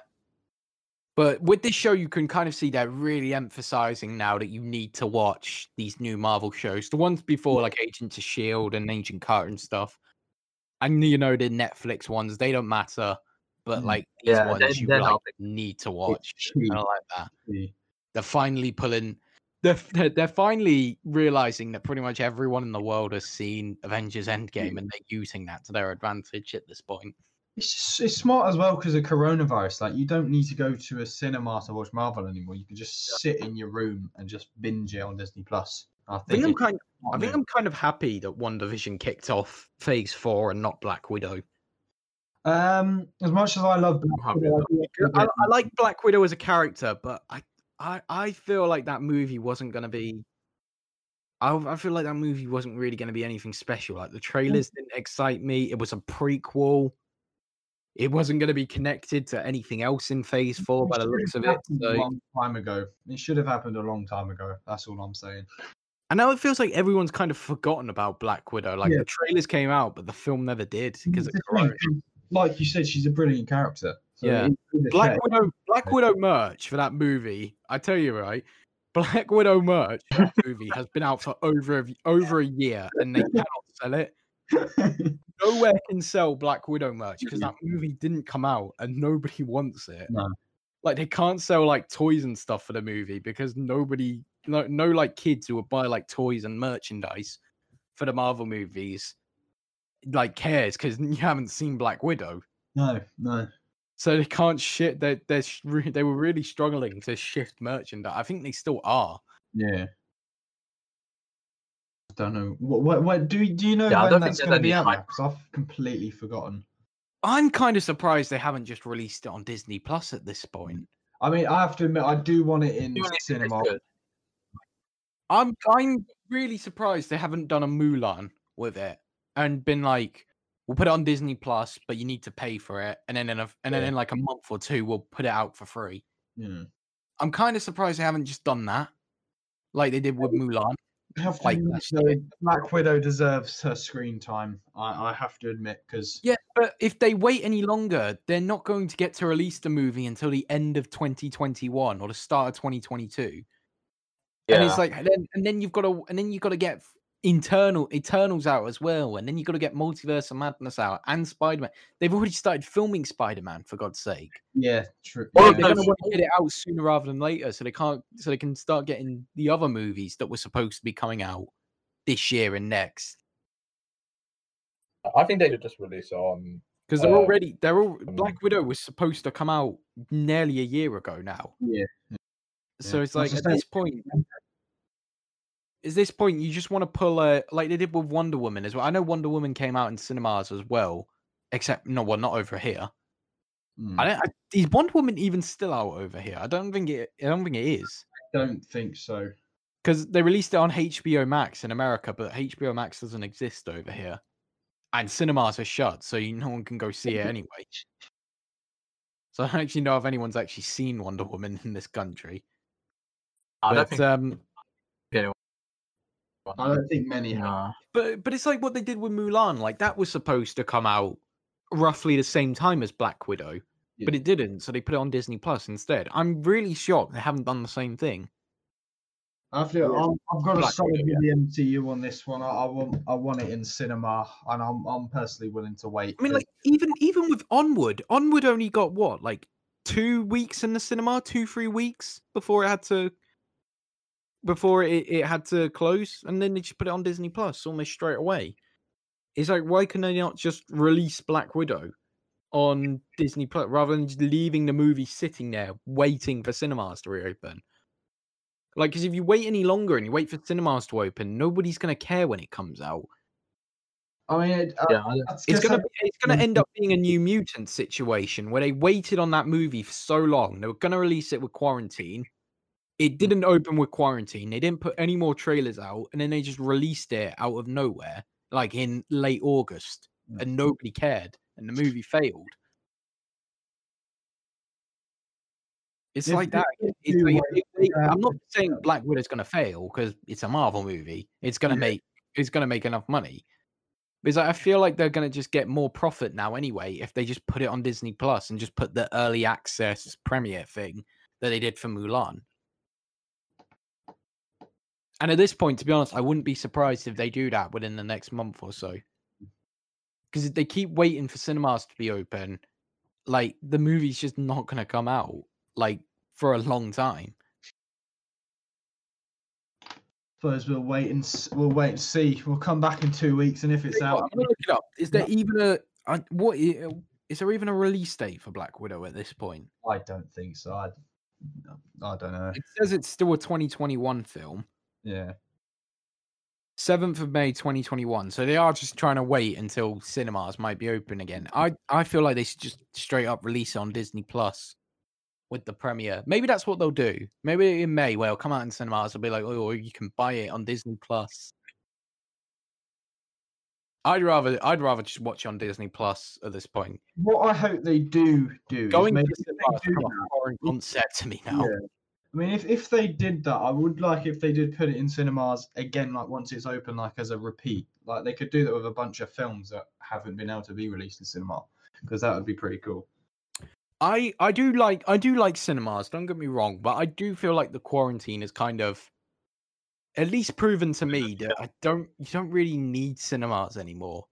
S1: But with this show, you can kind of see they're really emphasizing now that you need to watch these new Marvel shows. The ones before, like Agents of S.H.I.E.L.D. E and Agent Carter and stuff. And, you know, the Netflix ones, they don't matter. But,
S3: Mm.
S1: like, these
S4: Yeah,
S1: ones
S4: they're-
S1: you
S4: they're
S1: like,
S4: not
S1: need to watch.
S3: cheap.
S1: I like that. They're finally pulling. They're, f- they're they're finally realizing that pretty much everyone in the world has seen Avengers Endgame and they're using that to their advantage at this point.
S3: It's just, it's smart as well because of coronavirus. Like you don't need to go to a cinema to watch Marvel anymore. You can just sit in your room and just binge it on Disney Plus. I
S1: I think (laughs) I'm
S3: think. it's
S1: kind I
S3: smart
S1: think
S3: move.
S1: I'm kind of happy that One Division kicked off Phase Four and not Black Widow.
S3: Um, as much as I love
S4: I'm
S3: Black
S4: happy
S3: Widow,
S4: with
S3: I think
S1: I,
S3: that-
S1: I like Black Widow as a character, but I I, I feel like that movie wasn't going to be. I, I feel like that movie wasn't really going to be anything special. Like the trailers didn't excite me. It was a prequel. It wasn't going to be connected to anything else in Phase Four by the
S3: should
S1: looks
S3: have
S1: of it.
S3: happened a
S1: So,
S3: long time ago, it should have happened a long time ago. That's all I'm saying.
S1: and now it feels like everyone's kind of forgotten about Black Widow. Like
S3: Yeah.
S1: the trailers came out, but the film never did because of
S3: It's
S1: Corona.
S3: like- Like you said, she's a brilliant character. So
S1: Yeah.
S3: it is a shame. (laughs)
S1: Black Widow, Black Widow merch for that movie. I tell you right, Black Widow merch for that movie has been out for over a, over a year, and they cannot sell it. Nowhere can sell Black Widow merch because that movie didn't come out, and nobody wants it.
S3: No.
S1: Like they can't sell like toys and stuff for the movie because nobody, no, no, like kids who would buy like toys and merchandise for the Marvel movies, like cares because you haven't seen Black Widow
S3: (laughs) no, no.
S1: so they can't shit. They they re- they were really struggling to shift merchandise. I think they still are.
S3: Yeah. I don't know. What, what, what do, you- do you know
S4: Yeah, I
S3: when
S4: don't
S1: there's
S4: think
S3: that's going to
S4: any
S3: be out?
S4: hype.
S3: Because I've completely forgotten.
S1: I'm kind of surprised they haven't just released it on Disney Plus at this point.
S3: I mean, I have to admit, I do want it in
S4: Doing it is
S3: cinema.
S4: good.
S1: I'm I'm really surprised they haven't done a Mulan with it and been like, we'll put it on Disney Plus, but you need to pay for it, and then in a, and then
S3: Yeah.
S1: in like a month or two, we'll put it out for free.
S3: Yeah.
S1: I'm kind of surprised they haven't just done that, like they did with Mulan.
S3: I have to
S1: Like
S3: admit,
S1: last
S3: though,
S1: year.
S3: Black Widow deserves her screen time. I, I have to admit, because
S1: Yeah, but if they wait any longer, they're not going to get to release the movie until the end of 2021 or the start of 2022.
S4: Yeah.
S1: And it's like and then and then you've got to and then you've got to get internal Eternals out as well, and then you've got to get Multiverse of Madness out and Spider Man. They've already started filming Spider Man for God's sake.
S3: yeah, true.
S4: Well,
S1: They're
S3: yeah.
S4: no,
S1: going to want to get it out sooner rather than later, so they can't so they can start getting the other movies that were supposed to be coming out this year and next.
S4: I think they should just release it on.
S1: Because they're
S4: Uh,
S1: already they're all
S3: mm.
S4: um,
S1: Black Widow was supposed to come out nearly a year ago now.
S3: Yeah,
S1: So
S3: Yeah.
S1: it's
S3: That's
S1: like
S3: the
S1: at
S3: same
S1: this point,
S3: (laughs)
S1: at this point you just want to pull a like they did with Wonder Woman as well. I know Wonder Woman came out in cinemas as well, except no, well, not over here.
S3: Mm,
S1: I don't. I, is Wonder Woman even still out over here? I don't think it. I don't think it is
S3: don't think so.
S1: because they released it on HBO Max in America, but HBO Max doesn't exist over here, and cinemas are shut, so you, no one can go see
S4: (laughs)
S1: it anyway. So I don't actually know if anyone's actually seen Wonder Woman in this country.
S4: I don't
S1: but,
S4: think
S1: um,
S3: I don't think many have.
S4: Nah.
S1: But but it's like what they did with Mulan. Like that was supposed to come out roughly the same time as Black Widow, but
S3: Yeah.
S1: it didn't. So they put it on Disney Plus instead. I'm really shocked they haven't done the same thing.
S3: I feel
S1: Yeah.
S3: I'm, I've got a
S1: Black
S3: solid
S1: Widow,
S3: with the MCU on this one. I, I want I want it in cinema, and I'm I'm personally willing to wait.
S1: I mean,
S3: 'cause-
S1: like even even with Onward, Onward only got what like two weeks in the cinema, two three weeks before it had to before it, it had to close, and then they just put it on Disney Plus almost straight away. It's like why can they not just release Black Widow on Disney Plus rather than just leaving the movie sitting there waiting for cinemas to reopen? Like, because if you wait any longer and you wait for cinemas to open, nobody's gonna care when it comes out
S3: I mean, it, uh,
S4: Yeah, I don't-
S3: that's
S1: it's
S3: just
S1: gonna
S3: a-
S1: be- it's gonna end up being a new mutant situation where they waited on that movie for so long. They were gonna release it with quarantine. It didn't open with quarantine. They didn't put any more trailers out, and then they just released it out of nowhere, like in late August, and nobody cared, and the movie failed. It's
S3: If
S1: like
S3: they
S1: that.
S3: did
S1: It's
S3: do
S1: like,
S3: what
S1: if they-
S3: they
S1: I'm
S3: have
S1: not
S3: to
S1: saying
S3: do.
S1: Black Widow's gonna fail because it's a Marvel movie. It's gonna
S3: Yeah.
S1: make it's gonna make enough money. Because I feel like they're going to just get more profit now anyway if they just put it on Disney Plus and just put the early access premiere thing that they did for Mulan. And at this point, to be honest, I wouldn't be surprised if they do that within the next month or so. Because if they keep waiting for cinemas to be open, like the movie's just not going to come out like for a long time.
S3: Suppose we'll wait and s- we'll wait and see. We'll come back in two weeks, and if it's
S1: Tell you what,
S3: out,
S1: I'm gonna look it up. Is there even a I- what? i- Is there even a release date for Black Widow at this point?
S3: I don't think so. I, I don't know.
S1: It says it's still a 2021 film.
S3: Yeah,
S1: 7th of May 2021. So they are just trying to wait until cinemas might be open again. I, I feel like they should just straight up release it on Disney Plus with the premiere. Maybe that's what they'll do. Maybe in May, where it'll come out in cinemas, they'll be like, oh, you can buy it on Disney Plus. I'd rather I'd rather just watch on Disney Plus at this point.
S3: what I hope they do do. is
S1: Going to
S3: maybe
S1: the
S3: if
S1: cinemas
S3: they do
S1: is a
S3: that-
S1: foreign concept to me now.
S3: Yeah. I mean, if, if they did that, I would like if they did put it in cinemas again, like once it's open, like as a repeat. Like they could do that with a bunch of films that haven't been able to be released in cinema, because that would be pretty cool.
S1: I I do like I do like cinemas. Don't get me wrong, but I do feel like the quarantine is kind of at least proven to me that I don't you don't really need cinemas anymore.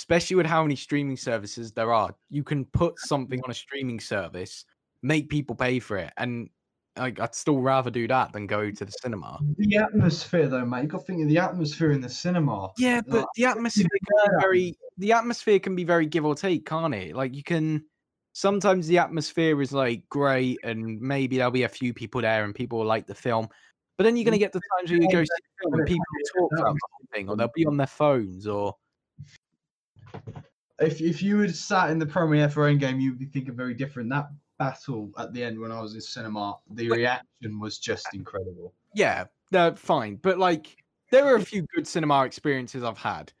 S1: Especially with how many streaming services there are, you can put something on a streaming service, make people pay for it, and like I'd still rather do that than go to the cinema.
S3: The atmosphere, though, mate, you got to think of the atmosphere in the cinema.
S1: Yeah,
S3: Like,
S1: but the atmosphere can be very the atmosphere can be very give or take, can't it? Like you can sometimes the atmosphere is like great and maybe there'll be a few people there and people will like the film. But then you're gonna get the times where you go see the film and people will talk about something or they'll be on their phones or
S3: if if you had sat in the premiere for Endgame, you'd be thinking very different. That battle at the end when I was in cinema, the reaction was just incredible.
S1: yeah, they're fine. But like, there are a few good cinema experiences I've had.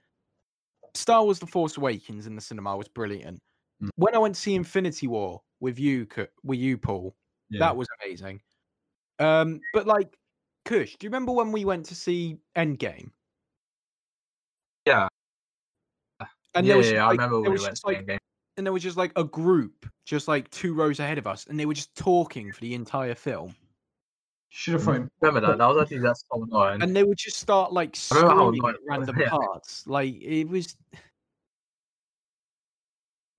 S1: Star Wars: The Force Awakens in the cinema was brilliant.
S3: Mm.
S1: When I went to see Infinity War with you, Cu- with you, Paul,
S3: Yeah.
S1: that was amazing. Um, but like, Kush, do you remember when we went to see Endgame?
S4: Yeah.
S1: And
S4: yeah,
S1: there was
S4: yeah,
S1: just,
S4: I
S1: like-
S4: remember
S1: there
S4: when we
S1: was
S4: went
S1: just,
S4: to
S1: like,
S4: the game.
S1: and there was just like a group, just like two rows ahead of us, and they were just talking for the entire film. Mm.
S3: Should have thrown.
S4: Remember that? That was actually that's so annoying.
S1: and they would just start like
S4: I remember
S1: screaming
S4: how annoying
S1: at
S4: it was,
S1: random
S4: (laughs) yeah.
S1: parts. Like it was.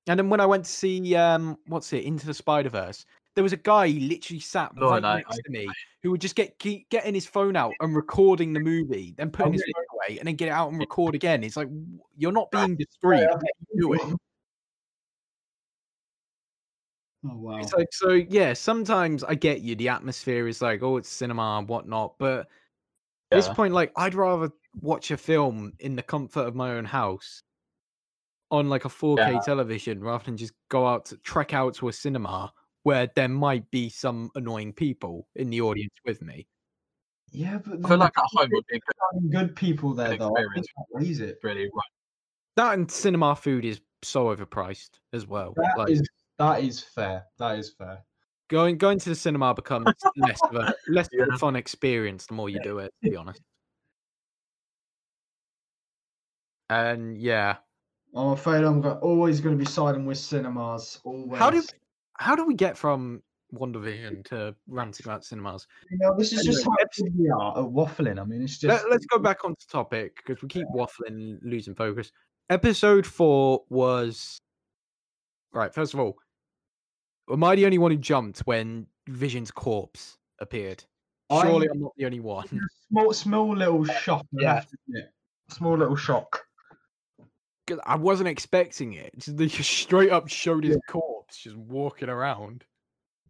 S1: And then when I went to see um, what's it, Into the Spider Verse, there was a guy literally sat
S4: Lord,
S1: right
S4: I-
S1: next
S4: I-
S1: to me who would just get keep getting his phone out and recording the movie, then putting his
S4: Oh, really?
S1: phone away, and then get it out and record again. It's like "W- you're not
S4: Right.
S1: being discreet.
S3: Yeah,
S1: what are you doing?
S3: Oh wow!
S1: It's like so yeah, sometimes I get you, the atmosphere is like, oh, it's cinema and whatnot, but at this
S4: Yeah.
S1: point, like I'd rather watch a film in the comfort of my own house on like a 4K
S4: Yeah.
S1: television rather than just go out to trek out to a cinema where there might be some annoying people in the audience with me.
S3: Yeah, but
S4: I
S3: the-
S4: feel like at home would be a
S3: finding good people there
S4: Good
S3: though. I think
S4: experience.
S3: that raise it.
S4: good, really right.
S1: That and cinema food is so overpriced as well.
S3: That is
S1: like
S3: that is fair. That is fair.
S1: going going to the cinema becomes less of a less of
S4: Yeah.
S1: a fun experience the more you do it, to be honest. And yeah,
S3: I'm afraid I'm go- always going to be siding with cinemas. Always.
S1: How do- how do we get from WandaVision to ranting about cinemas?
S3: you know? This is just
S1: Anyway,
S3: how good we are at waffling. I mean, it's just
S1: Let, us go back onto topic because we keep waffling, losing focus. Episode four was right. First of all, am I the only one who jumped when Vision's corpse appeared?
S3: I-
S1: Surely I'm not the only one.
S3: small, small little shock. I
S4: Yeah.
S3: have to admit. Small little shock.
S1: 'Cause I wasn't expecting it. Just, they just straight up showed his corpse just walking around.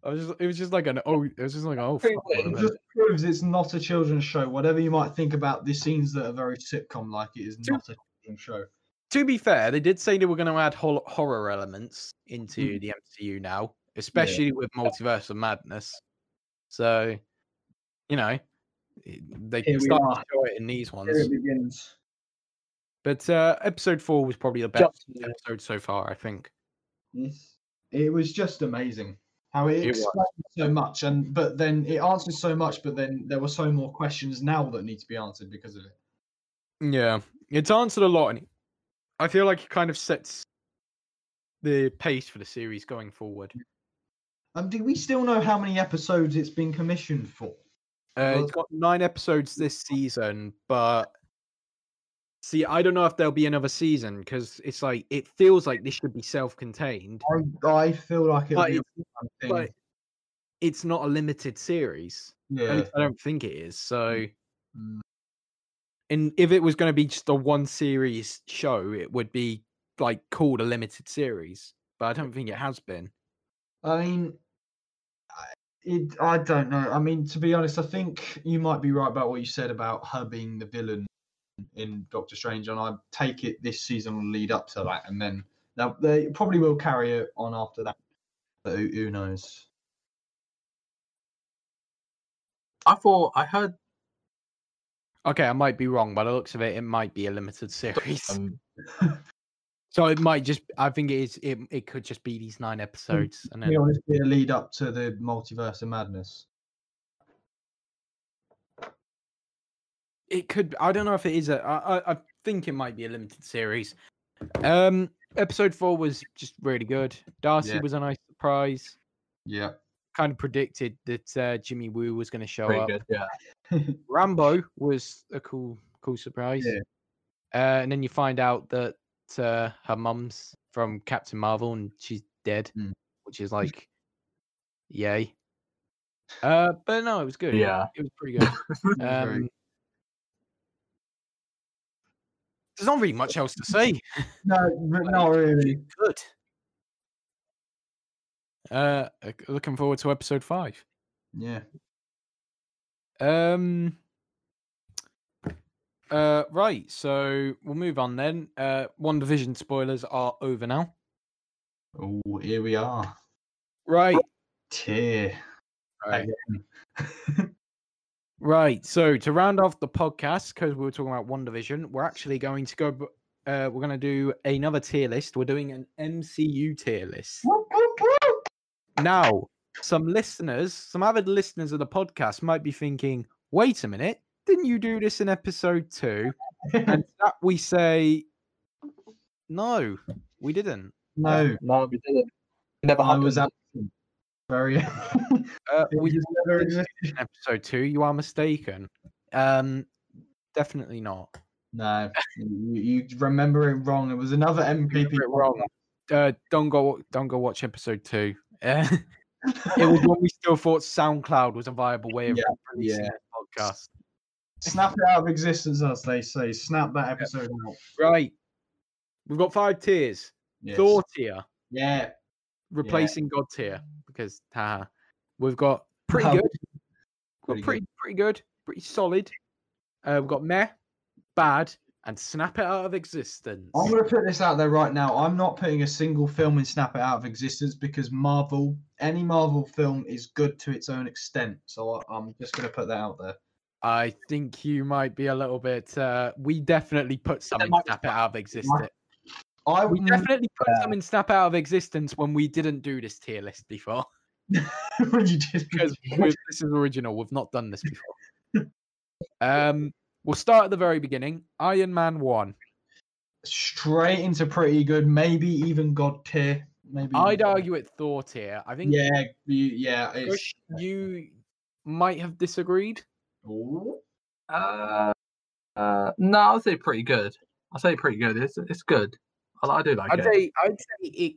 S1: I was just, it was just like an oh, it was just like oh, fuck,
S4: Pretty
S1: what
S4: weird,
S1: a
S3: It
S1: bit.
S3: just proves it's not a children's show. Whatever you might think about the scenes that are very sitcom like, it is
S1: True.
S3: not a children's show.
S1: to be fair, they did say they were going to add hol- horror elements into the MCU now, especially with Multiverse of Madness. So, you know, it- they
S3: Here
S1: can
S3: we
S1: start
S3: are.
S1: to show it in these
S3: Here it
S1: ones.
S3: begins.
S1: But uh, episode four was probably the
S4: Jump
S1: best
S4: to the-
S1: episode so far, I think.
S3: Yes. It was just amazing how it,
S1: It was.
S3: explained so much, and but then it answered so much, but then there were so more questions now that need to be answered because of it.
S1: Yeah, it's answered a lot, and I feel like it kind of sets the pace for the series going forward.
S3: Um, do we still know how many episodes it's been commissioned for?
S1: Uh,
S3: Well-
S1: it's got nine episodes this
S3: (laughs)
S1: season, but see, I don't know if there'll be another season because it's like it feels like this should be self-contained,
S3: I, I feel like it'll
S1: but,
S3: be
S1: it,
S3: a one thing.
S1: but it's not a limited series. At
S3: yeah,
S1: least I don't think it is. So,
S3: Mm.
S1: and if it was going to be just a one series show, it would be like called a limited series, but I don't think it has been.
S3: I mean, I- it. I don't know. I mean, to be honest, I think you might be right about what you said about her being the villain in Doctor Strange, and I take it this season will lead up to that, and then now they probably will carry it on after that. But who, who knows?
S4: I thought I heard
S1: Okay, I might be wrong. By the looks of it, it might be a limited series.
S4: um,
S1: (laughs) so it might just. I think it is. It it could just be these
S4: Hmm,
S1: nine episodes, and
S3: To
S1: then
S3: be honest, it'll lead up to the multiverse of madness.
S1: it could i don't know if it is a i i, I think it might be a limited series um episode four was just really good darcy
S3: Yeah.
S1: was a nice surprise
S3: Yeah.
S1: kind of predicted that uh, jimmy woo was going to show
S4: pretty
S1: up
S4: good, yeah.
S1: rambo was a cool cool surprise
S3: Yeah.
S1: uh, and then you find out that uh, her mum's from captain marvel and she's dead
S3: Mm.
S1: which is (laughs) like yay uh but no it was good
S4: Yeah.
S1: (laughs) it was pretty good
S3: Very
S1: um, there's not really much else to say.
S3: No, r- not really.
S1: (laughs) Good. Uh, uh, looking forward to episode five.
S3: Yeah.
S1: Um. Uh, right, so we'll move on then. Uh, One Division spoilers are over now.
S3: Oh, here we are.
S1: Right,
S3: Tear.
S1: right, right. So to round off the podcast, because we were talking about One Division, we're actually going to go. b- Uh, we're going to do another tier list. We're doing an MCU tier list.
S3: Whoop, whoop, whoop.
S1: Now, some listeners, some avid listeners of the podcast might be thinking, wait a minute, didn't you do this in episode two?
S3: (laughs)
S1: And to that we say, no, we didn't.
S3: no,
S4: No, we didn't. Never
S3: I
S4: happened.
S3: was absent. Very. (laughs)
S1: Uh,
S3: It
S1: we did
S3: just never
S1: did-
S3: existed.
S1: in episode two. You are mistaken. Um, definitely not.
S3: No, you, you remember it wrong. It was another
S1: You
S3: MPP.
S1: got it wrong. Uh, don't go, don't go watch episode two. (laughs) Uh, it was when we still thought SoundCloud was a viable way of
S3: Yeah,
S1: releasing
S3: yeah.
S1: the podcast.
S3: Snap it out of existence, as they say. Snap that episode out.
S1: Right, we've got five tiers.
S3: Yes.
S1: Thor tier.
S3: Yeah.
S1: replacing God tier because haha, we've got pretty
S3: Oh,
S1: good, pretty
S3: pretty good.
S1: pretty, pretty good, pretty solid. Uh, we've got meh, bad, and snap it out of existence.
S3: I'm going to put this out there right now. I'm not putting a single film in Snap It Out of existence because Marvel, any Marvel film is good to its own extent. So I, I'm just going to put that out there.
S1: I think you might be a little bit. Uh, we definitely put some in
S4: might-
S1: snap it out of existence.
S3: I
S1: We
S3: would (laughs)
S1: definitely put some in snap out of existence when we didn't do this tier list before (laughs)
S3: when you did (laughs)
S1: because we've- this is original. We've not done this before. Um, we'll start at the very beginning. Iron Man one.
S3: straight into pretty good, maybe even God tier. Maybe
S1: I'd
S3: even-
S1: argue it Thor tier. I think
S3: Yeah, you, yeah. It's,
S1: Kush, you might have disagreed.
S3: Ooh.
S4: Uh, uh, no, I'd say pretty good. I'd say pretty good. It's it's good. I, I do like
S1: I'd
S4: it.
S1: say I'd say it.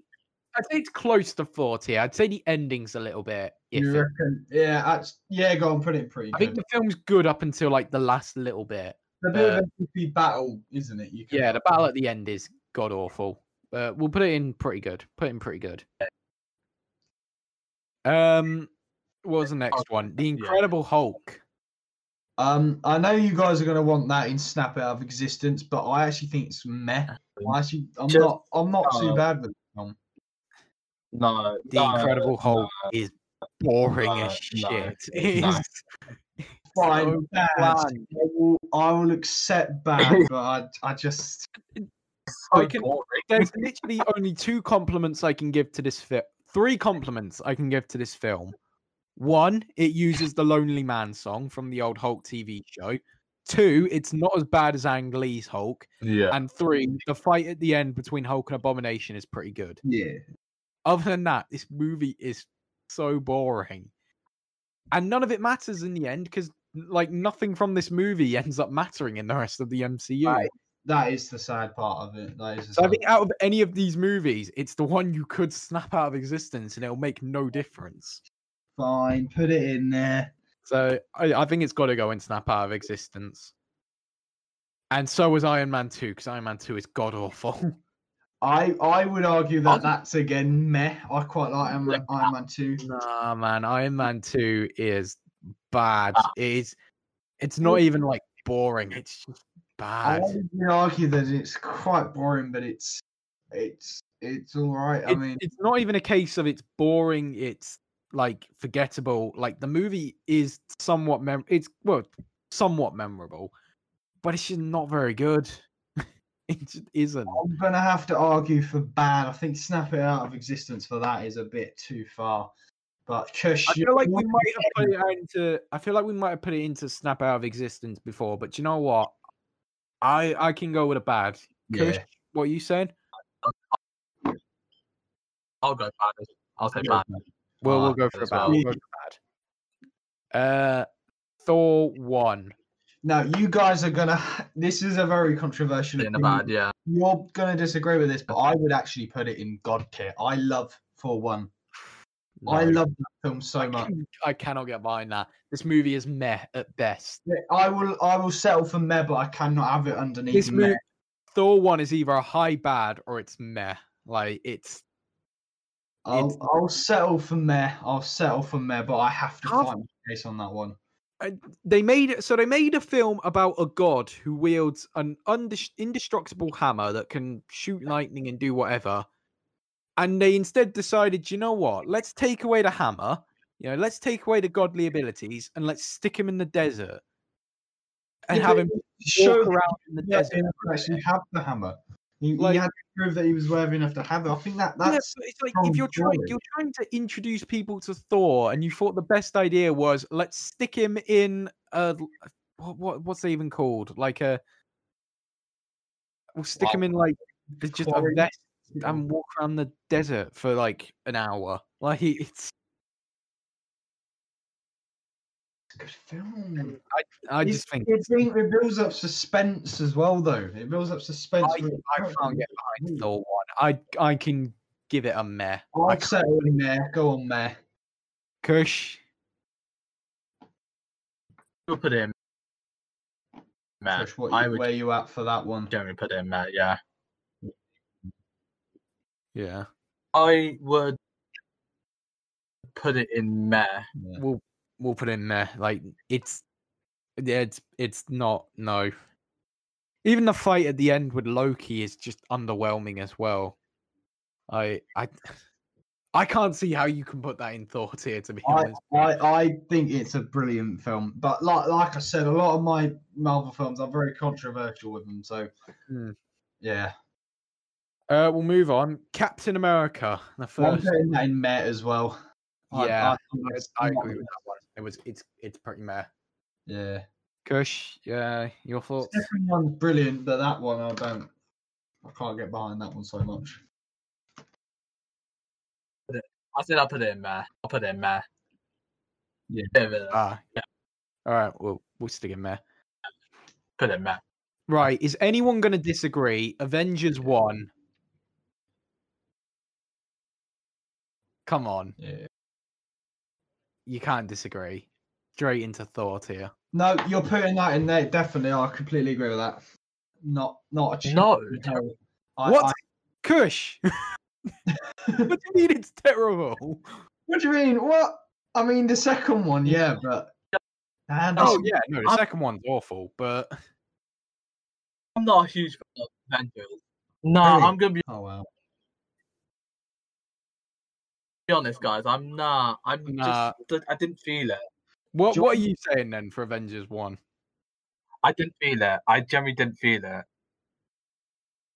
S1: I'd say it's close to Thor tier. I'd say the ending's a little bit.
S3: you
S1: iffy.
S3: reckon? Yeah, that's, yeah. Go on, put it in pretty
S1: I
S3: good.
S1: think the film's good up until like the last little bit.
S3: The bit of MVP battle, isn't it? You
S1: Yeah, the battle at the end is god awful. But we'll put it in pretty good. Put it in pretty good. Um, what was the next one? The
S4: yeah.
S1: Incredible Hulk.
S3: Um, I know you guys are going to want that in snap out of existence, but I actually think it's meh. I actually, I'm
S4: Just-
S3: not, I'm not too
S4: uh,
S3: bad with. It.
S4: No,
S1: The
S4: no,
S1: Incredible Hulk is boring
S4: no,
S1: as shit. (laughs)
S4: no,
S1: It
S4: no.
S1: is
S3: Fine,
S1: so
S3: bad. I
S1: bland.
S3: will, I will
S1: (laughs)
S3: accept bad, but I, I just,
S4: it's so
S1: I can-
S4: boring.
S1: There's literally only two compliments I can give to this film. Three compliments I can give to this film. One, it uses the Lonely Man song from the old Hulk TV show. Two, it's not as bad as Ang Lee's Hulk.
S4: Yeah.
S1: And three, the fight at the end between Hulk and Abomination is pretty good.
S3: yeah.
S1: Other than that, this movie is so boring. And none of it matters in the end because, like, nothing from this movie (laughs) ends up mattering in the rest of the MCU.
S3: Right. That is the sad part of it. That is. The
S1: So I
S3: sad
S1: think out of any of these movies, it's the one you could snap out of existence and it'll make no difference.
S3: Fine, put it in there.
S1: So I, I think it's got to go and snap out of existence. And so was Iron Man 2, because Iron Man 2 is god awful. (laughs)
S3: I, I would argue that
S4: I'll-
S3: that's again meh. I quite like
S1: (laughs)
S3: Iron Man, Iron Man two.
S1: nah, man, Iron Man 2 is bad.
S4: Ah.
S1: It is, it's not even like boring, it's just
S3: I
S1: bad.
S3: would argue that it's quite boring, but it's, it's, it's all right. I
S1: It's-
S3: mean,
S1: it's not even a case of it's boring, it's like forgettable. Like the movie is somewhat mem it's well, somewhat memorable, but it's just not very good. (laughs) it just isn't.
S3: I'm gonna have to argue for bad. I think snap it out of existence for that is a bit too far. But Kush,
S1: I
S3: you-
S1: feel like we might have put it out into I feel like we might have put it into snap out of existence before, but you know what? I I can go with a bad. Kush,
S3: Yeah.
S1: what are you saying?
S4: I'll go bad. I'll say
S3: Yeah.
S4: bad.
S3: Oh,
S1: Well,
S4: Ah,
S1: we'll go for a
S4: as
S1: bad.
S4: well.
S1: We'll go for a bad. Uh, Thor one.
S3: Now you guys are gonna. This is a very controversial.
S4: In the
S3: opinion.
S4: bad, yeah.
S3: You're gonna disagree with this, but I would actually put it in God tier. I love for one. I
S1: No.
S3: love that film so much.
S1: I cannot get behind that. This movie is meh at best.
S3: I will. I will settle for meh, but I cannot have it underneath
S1: This
S3: meh.
S1: movie, Thor one, is either a high bad or it's meh. Like it's
S3: I'll,
S1: it's-
S3: I'll settle for meh. I'll settle for meh, but I have to
S1: Half-
S3: find my case on that one.
S1: they made so they made a film about a god who wields an undest- indestructible hammer that can shoot lightning and do whatever. And they instead decided, you know what? Let's take away the hammer. You know, let's take away the godly abilities and let's stick him in the desert and
S3: Yeah,
S1: have
S3: but
S1: him
S3: Show
S1: walk around in the
S3: Yeah,
S1: desert.
S3: enough to actually have the hammer. He,
S1: Like-
S3: he had to prove that he was worthy enough to have it. I think that
S1: Yeah,
S3: that's
S1: but it's like
S3: from
S1: if you're trying
S3: Joy.
S1: you're trying to introduce people to Thor and you thought the best idea was let's stick him in a l- what, what what's they even called? Like a we'll stick him in like the- just a
S3: Quarry.
S1: vest and walk around the desert for like an hour. Like it's
S3: a good film.
S1: I
S3: It's-
S1: just think
S3: it, build- it builds up suspense as well, though. It builds up suspense.
S1: I,
S3: for the
S1: I can't
S3: character.
S1: get behind Thor one. I I can give it a meh. I
S3: I'll
S1: can't-
S3: settle in there. Go on, there.
S1: Kush.
S4: We'll put in Matt.
S3: Trish, what
S4: I
S3: you,
S4: would
S3: where you at for that one?
S4: generally put in Matt, yeah.
S1: Yeah.
S4: I would put it in meh.
S3: Yeah.
S1: We'll we'll put in meh. Like it's yeah, it's it's not no. Even the fight at the end with Loki is just underwhelming as well. I I (sighs) I can't see how you can put that in thought here. To be
S3: I,
S1: honest,
S3: I, I think it's a brilliant film, but like like I said, a lot of my Marvel films are very controversial with them. So,
S1: Hmm.
S3: yeah,
S1: uh, we'll move on. Captain America, the
S3: I'm
S1: first.
S3: putting that in Met as well. I-
S1: Yeah,
S3: I think that's-
S1: I agree with that one. It was it's it's pretty meh.
S3: Yeah,
S1: Kush, yeah, your thoughts?
S3: Second one's brilliant, but that one I don't. I can't get behind that one so much.
S4: I said I'll put it in there. I'll put it in there.
S3: Yeah.
S4: Bit of a-
S1: (laughs) Ah, All right, we'll we'll stick in there.
S4: Put it in there.
S1: Right, is anyone going to disagree? Avengers one. Come on,
S3: Yeah.
S1: you can't disagree. Straight into thought here.
S3: No, you're putting that in there. Definitely, I completely agree with that. Not not a cheap
S4: No,
S3: film. I-
S1: what?
S3: I-
S1: Kush. (laughs) what do you mean it's terrible?
S3: what do you mean? What? I mean the second one, yeah, but. And
S1: Oh yeah, no, the
S4: I'm-
S1: second one's awful, but
S4: I'm not a huge fan of Avengers. No,
S3: Really?
S4: I'm gonna be
S3: Oh wow.
S4: honest, guys. I'm not. I'm
S1: Nah.
S4: just. I didn't feel it.
S1: what
S3: Do you
S1: what are you saying then for Avengers one?
S4: I didn't feel it. I generally didn't feel it.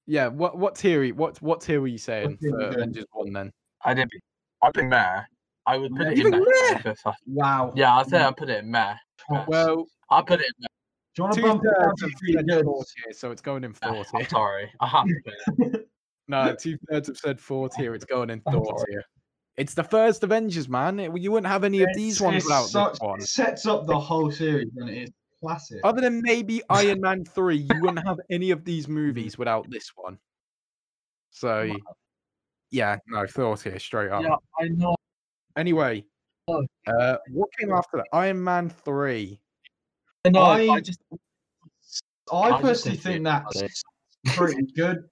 S1: Yeah, what what theory? What what tier were you saying
S3: tier
S1: for
S3: we doing?
S1: Avengers one then?
S4: I didn't. I put it in there. I would put it in
S1: Even
S4: there.
S3: Wow.
S4: Yeah, I said I put it in there.
S1: Well,
S4: I put it in there.
S3: Do you want
S1: two
S3: to bump it down
S1: thirds
S3: to
S1: of
S3: three
S1: said
S3: good?
S1: four tier, so it's going in four
S4: I'm
S1: tier.
S4: sorry. I have to put it.
S1: No, two thirds have said four tier. It's going in
S3: (laughs) I'm
S1: four tier. It's the first Avengers, man. It- you wouldn't have any of these
S3: It's-
S1: ones
S3: it's
S1: without this
S3: such-
S1: one.
S3: It sets up the whole series, and it is classic.
S1: Other than
S3: (laughs)
S1: maybe Iron Man three, you wouldn't have any of these movies without this one. So, yeah, no thought here straight up.
S4: Yeah, I know.
S1: Anyway,
S4: Oh.
S1: uh, what came after that? Iron Man three.
S4: I know. I,
S3: I-
S4: just.
S3: I
S4: I'm just
S3: personally think
S4: gonna
S3: that's
S4: say
S3: pretty good,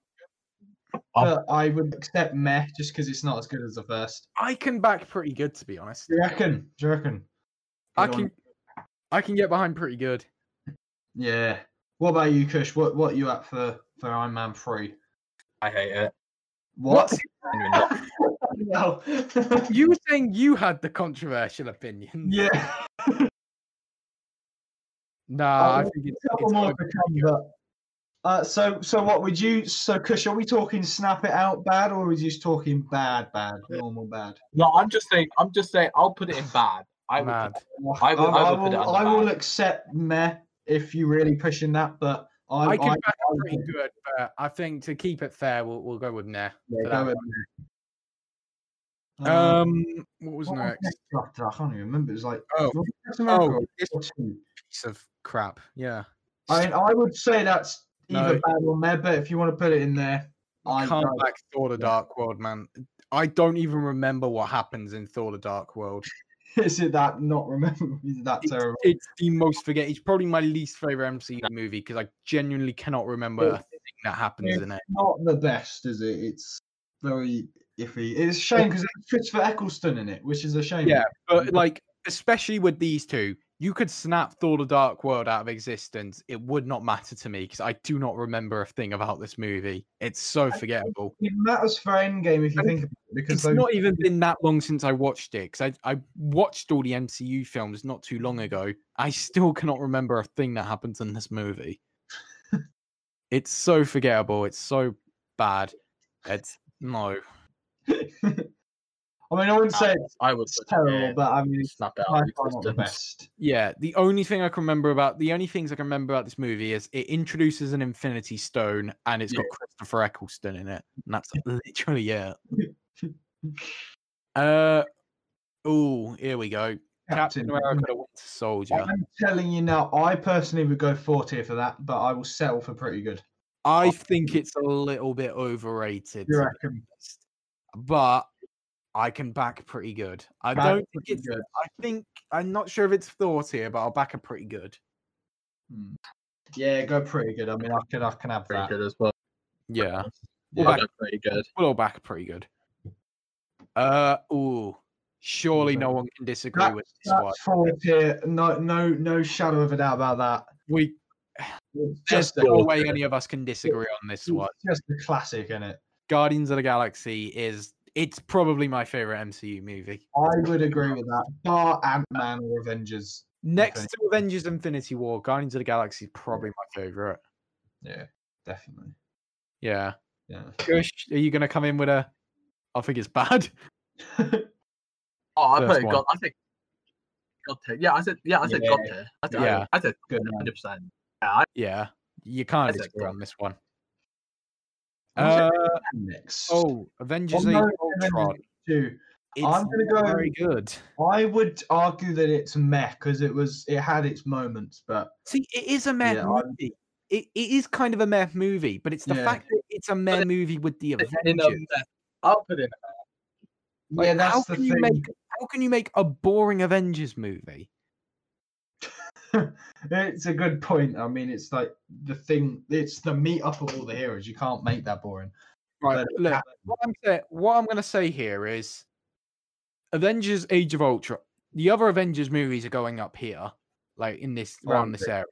S3: but I would accept meh just because it's not as good as the first.
S1: I can back pretty good, to be honest.
S3: Do you reckon? Do you reckon?
S1: I
S3: Good
S1: can,
S3: on-
S1: I can get behind pretty
S3: (laughs)
S1: good.
S3: Yeah. What about you, Kush? What What are you at for for Iron Man three?
S4: I hate it.
S3: What?
S4: Genuinely not.
S3: (laughs) No.
S1: You were saying you had the controversial opinion.
S3: (laughs) yeah.
S1: Nah, I
S3: Oh,
S1: Uh, think it's,
S3: couple
S1: it's
S3: more
S1: over.
S3: to come, but- Uh, so, so what would you? So, Kush, are we talking snap it out bad, or is you just talking bad, bad, normal bad?
S4: No, I'm just saying. I'm just saying. I'll put it in bad. I would.
S1: mad.
S3: I,
S4: I will- I
S3: I
S4: will put it
S3: will,
S4: under
S3: I will
S4: bad.
S3: accept meh if you're really pushing that, but I,
S1: I can
S3: I-
S1: back
S3: I-
S1: pretty good, but I think to keep it fair, we'll, we'll go with nah. for
S3: yeah, go
S1: that
S3: with
S1: one.
S3: meh. Um,
S1: Um, what was
S3: what was
S1: next?
S3: next after? I can't even remember. It was like
S1: Oh,
S3: was it Captain America
S1: oh, this
S3: or two?
S1: piece of crap. Yeah,
S3: I mean, I would say that's either
S1: No.
S3: bad or meh, but if you want to put it in there, I
S1: can't
S3: don't.
S1: back Thor: The Dark World, man. I don't even remember what happens in Thor: The Dark World.
S3: (laughs) is it that not remember? Is it that
S1: It's,
S3: terrible?
S1: (laughs) it's the most forget. It's probably my least favorite MCU movie because I genuinely cannot remember a
S3: It's-
S1: thing that happens in it.
S3: not the best, is it? It's very iffy. It's a shame because there's Christopher Eccleston in it, which is a shame.
S1: Yeah, but like especially with these two, you could snap Thor: The Dark World out of existence. It would not matter to me because I do not remember a thing about this movie. It's so forgettable.
S3: It matters for Endgame if you
S1: And
S3: think about it, because
S1: It's
S3: those-
S1: not even been that long since I watched it because I, I watched all the MCU films not too long ago. I still cannot remember a thing that happens in this movie. it's so forgettable. It's so bad. It's no.
S3: I mean, I wouldn't say it's
S4: I would. put it
S3: terrible,
S4: in.
S3: but I mean, it's
S4: snap it
S3: by
S4: out.
S3: far
S4: of
S3: not the
S4: existence.
S3: best.
S1: Yeah, the only thing I can remember about the only things I can remember about this movie is it introduces an Infinity Stone and it's
S3: Yeah.
S1: got Christopher Eccleston in it, and that's literally it. Uh, oh, here we go. Captain, America: The Winter Soldier.
S3: I'm telling you now, I personally would go 40 for that, but I will settle for pretty good.
S1: I think it's a little bit overrated,
S3: You
S1: to be
S3: reckon?
S1: honest, but I can back pretty good. I
S3: Back
S1: don't think
S3: pretty
S1: it's.
S3: good.
S1: I think I'm not sure if it's thought here, but I'll back a pretty good.
S3: Hmm. Yeah, go pretty good. I mean, I can, I can have
S4: Pretty
S3: that.
S4: good as well.
S1: (laughs) Yeah,
S4: Yeah,
S1: Well,
S4: they're pretty good.
S1: we'll all back a pretty good. Uh, ooh, surely no
S3: Okay.
S1: one can disagree
S3: That-
S1: with this one.
S3: That's 40. No, no, no shadow of a doubt about that.
S1: We There's
S3: just a-
S1: no way any of us can (laughs) disagree on this one.
S3: It's just a classic, in it?
S1: Guardians of the Galaxy is it's probably my favorite MCU movie.
S3: I would agree with that. Bar Ant Man or Avengers.
S1: Next to Avengers Infinity War, Guardians of the Galaxy is probably my favorite.
S3: Yeah, definitely.
S1: Yeah.
S3: Yeah.
S1: Kush, are you gonna come in with a I think it's bad. (laughs)
S4: Oh, I
S1: First
S4: put
S1: one.
S4: God. I think God tier. Yeah, I said. Yeah, I said God tier. I said.
S1: Yeah.
S4: I said
S3: Good man.
S4: hundred percent. Yeah, I,
S1: Yeah. You can't
S4: That's it,
S1: disagree
S4: yeah.
S1: on this one.
S3: I'm
S1: Uh,
S3: gonna say next.
S1: oh, Avengers
S3: I'm
S1: Age of
S3: going with Avengers
S1: Ultron.
S3: two.
S1: It's
S3: I'm gonna go-
S1: very good.
S3: I would argue that it's meh because it was it had its moments, but
S1: See, it is a meh
S3: Yeah, I-
S1: movie. It, it is kind of a meh movie, but it's the
S3: Yeah.
S1: fact that it's a meh movie with the
S4: put in
S1: Avengers.
S4: a, I'll put in.
S1: Like,
S3: yeah, that's
S1: how
S3: the
S1: can you
S3: thing.
S1: make how can you make a boring Avengers movie?
S3: It's a good point. I mean, it's like the thing. It's the meet up of all the heroes. You can't make that boring.
S1: Right.
S3: But it
S1: Look,
S3: happened.
S1: what I'm saying, what I'm gonna say here is, Avengers: Age of Ultron. The other Avengers movies are going up here, like in this
S3: Oh,
S1: around
S3: okay.
S1: this area.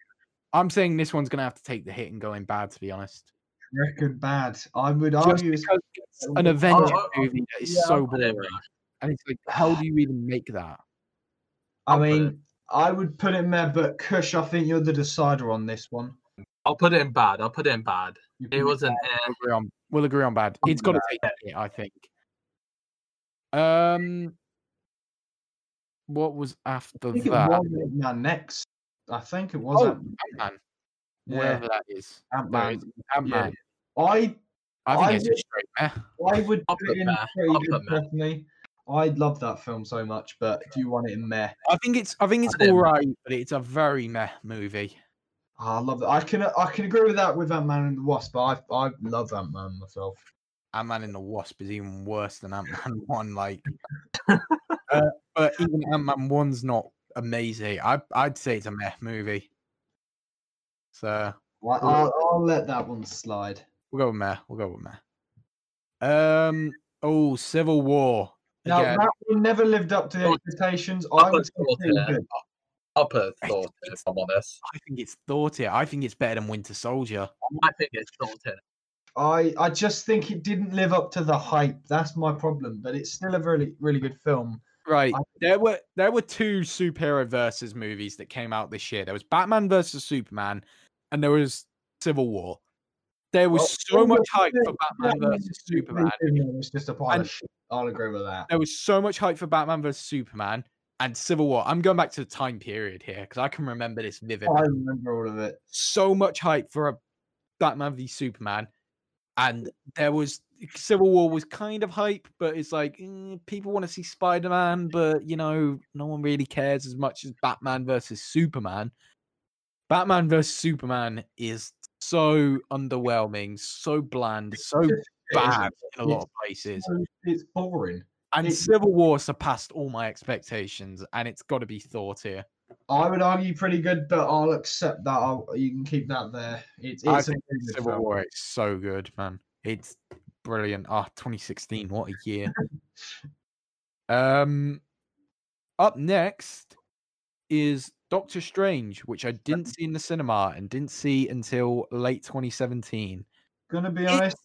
S1: I'm saying this one's gonna have to take the hit and going bad. To be honest,
S3: record bad. I would
S1: just
S3: argue. it's-
S1: because it's an Avengers
S4: oh, oh,
S1: movie that is
S4: yeah,
S1: so
S4: I'll put it
S1: boring,
S4: in
S1: and it's like, how do you even make that?
S3: I
S4: I'll put it-
S3: mean, I would put it in there, but Kush, I think you're the decider on this one.
S4: I'll put it in bad. I'll put it in bad.
S3: You
S4: It
S3: can-
S4: was an. eh.
S1: We'll agree on, we'll agree on bad. It's got to take the hit, I think. Um, what was
S3: I
S1: after
S3: think it
S1: that?
S3: was Ant Man next. I think it was.
S1: Oh,
S3: Ant-
S1: Ant-Man,
S3: yeah,
S1: wherever that is.
S3: Ant-Man.
S1: is Ant-Man.
S3: I
S1: I think
S3: I
S1: it's
S3: would-
S1: just straight meh. (laughs)
S3: I would
S4: I'll
S3: put
S4: put
S3: it in
S4: meh. I'll
S3: pretty good
S4: put meh.
S3: personally. I love that film so much, but do you want it in meh?
S1: I think it's I think it's
S4: didn't-
S1: all right, but it's a very meh movie.
S3: Ah, I love that. I can I can agree with that with Ant Man and the Wasp, but I I love Ant Man myself.
S1: Ant Man and the Wasp is even worse than Ant Man (laughs) One. Like, uh, but even Ant Man One's not amazing. I I'd say it's a meh movie. So
S3: Well, I'll, I'll let that one slide.
S1: we'll go with meh. We'll go with meh. Um. Oh, Civil War.
S3: Now
S1: Again,
S3: that one never lived up to the
S4: Thought-
S3: expectations.
S4: I'll
S3: I
S4: put
S3: would
S4: Thor
S3: say
S4: tier.
S3: good.
S4: I'll put Thor tier. If I'm honest,
S1: I think it's Thor tier. I think it's better than Winter Soldier.
S4: I think it's Thor tier.
S3: I I just think it didn't live up to the hype. That's my problem. But it's still a really really good film.
S1: Right.
S3: I-
S1: There were there were two superhero versus movies that came out this year. There was Batman versus Superman, and there was Civil War. There was
S3: Well,
S1: so
S3: Civil
S1: much hype for
S3: War-
S1: Batman versus Superman.
S3: It's just a pile
S1: And-
S3: of shit. I'll agree with that.
S1: There was so much hype for Batman versus Superman and Civil War. I'm going back to the time period here because I can remember this vividly.
S3: (laughs) I remember all of it.
S1: So much hype for a Batman v Superman, and there was Civil War was kind of hype, but it's like mm, people want to see Spider Man, but you know, no one really cares as much as Batman versus Superman. Batman versus Superman is so underwhelming, so bland, so
S3: just- It is-
S1: bad in a lot of places.
S3: It's boring.
S1: And
S3: It-
S1: Civil War surpassed all my expectations, and it's got to be Thor tier.
S3: I would argue pretty good, but I'll accept that. I'll, you can keep that there. It's,
S1: I
S3: it's a
S1: think
S3: pretty good
S1: Civil
S3: film.
S1: War is so good, man. It's brilliant. Ah, 2016, what a year. um, up next is Doctor Strange, which I didn't see in the cinema and didn't see until late 2017.
S3: Gonna be honest,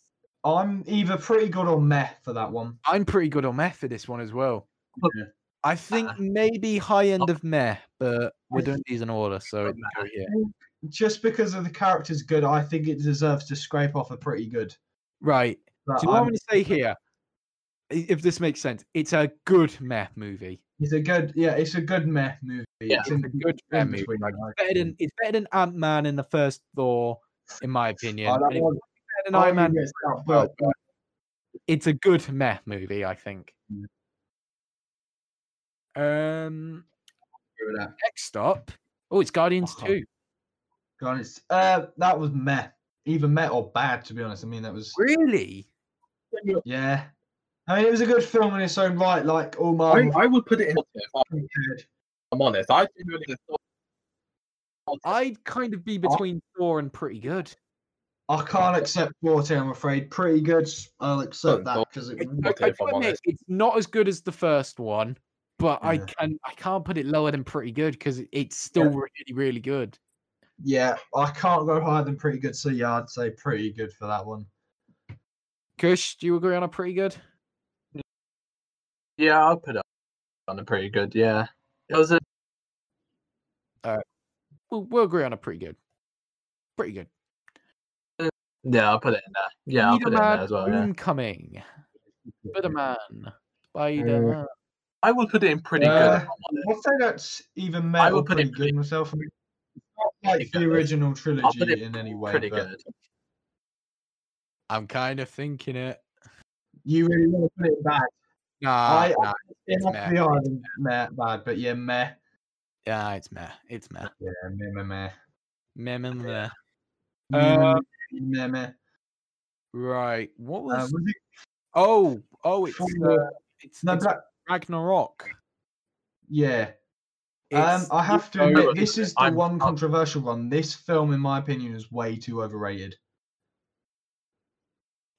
S3: I'm either pretty good or meh for that one.
S1: I'm pretty good on meh for this one as well.
S3: Yeah.
S1: I think
S4: Uh,
S1: maybe high end of meh, but we're
S3: I
S1: doing these in order, so it can go here.
S3: Just because of the character's good, I think it deserves to scrape off a pretty good.
S1: Right.
S3: But
S1: Do you know what I'm
S3: I'm-
S1: going to say here? I- If this makes sense, it's a good meh movie.
S3: It's a good, yeah, it's a good meh movie.
S4: Yeah,
S3: it's
S1: It's
S3: in,
S1: a good
S3: in
S1: meh movie.
S3: between,
S1: Like,
S3: like,
S1: better than, it's better than Ant Man in the first Thor, in my opinion.
S3: I
S1: and
S3: don't
S1: it's
S3: want-
S1: better than
S3: I
S1: Iron Man.
S3: don't get that,
S1: well,
S3: but uh,
S1: but It's a good meh movie, I think. Um,
S3: agree with that.
S1: next up, oh, it's Guardians
S3: Oh.
S1: 2.
S3: To be honest, uh, that was meh, either meh or bad. To be honest, I mean that was
S1: Really?
S3: yeah. I mean it was a good film in its own right. Like all my
S4: I would put it in. Thor tier, If
S3: compared
S4: I'm honest, I genuinely think Thor. Thor tier.
S1: I'd kind of be between Thor and pretty good.
S3: I can't accept Forte, I'm afraid. Pretty good. I'll accept
S4: Don't-
S3: that
S4: don't-
S3: because it.
S1: It-
S3: was-
S1: I,
S4: Okay,
S1: I
S4: if I'm
S1: do admit,
S4: honest.
S1: it's not as good as the first one, but I
S3: Yeah.
S1: can I can't put it lower than pretty good because it's still really really good.
S3: yeah, I can't go higher than pretty good. So yeah, I'd say pretty good for that one.
S1: Kush, do you agree on a pretty good?
S4: Yeah, I'll put it on a pretty good. Yeah, it was a
S1: We'll, we'll agree on a pretty good. Pretty good.
S4: yeah. I'll put it in there. Yeah, I'll put it in there as well.
S1: (laughs)
S4: Yeah.
S1: Homecoming. Spider-Man. Spider-Man.
S4: I will put it in pretty
S3: Uh,
S4: good. if I'm honest.
S3: I'd say that's even
S4: I
S3: made
S4: will
S3: or
S4: put
S3: pretty
S4: it
S3: good
S4: pretty-
S3: myself. I mean, it's not
S4: pretty
S3: like the
S4: good.
S3: original
S4: I'll put it
S3: trilogy in any way,
S4: pretty
S3: but
S4: good.
S1: I'm kind of thinking it.
S3: you really want to put it back.
S1: Nah,
S3: I-
S1: nah,
S3: It
S1: It's
S3: has
S1: meh.
S3: to be higher than meh, bad, but yeah, meh,
S1: yeah, it's meh. It's meh.
S3: yeah, meh, meh, meh,
S1: Meh, meh, meh.
S3: meh,
S1: Um,
S3: meh, meh, meh.
S1: Right.
S4: Um,
S1: What was?
S3: Uh, was it
S1: oh, oh, it's
S3: for-
S1: uh, it's,
S3: no,
S1: it's
S3: Black-
S1: Ragnarok.
S3: Yeah. Um,
S1: It's-
S3: I have to
S4: so-
S3: admit, this is the
S4: I'm-
S3: one
S4: I'm-
S3: controversial one. This film, in my opinion, is way too overrated.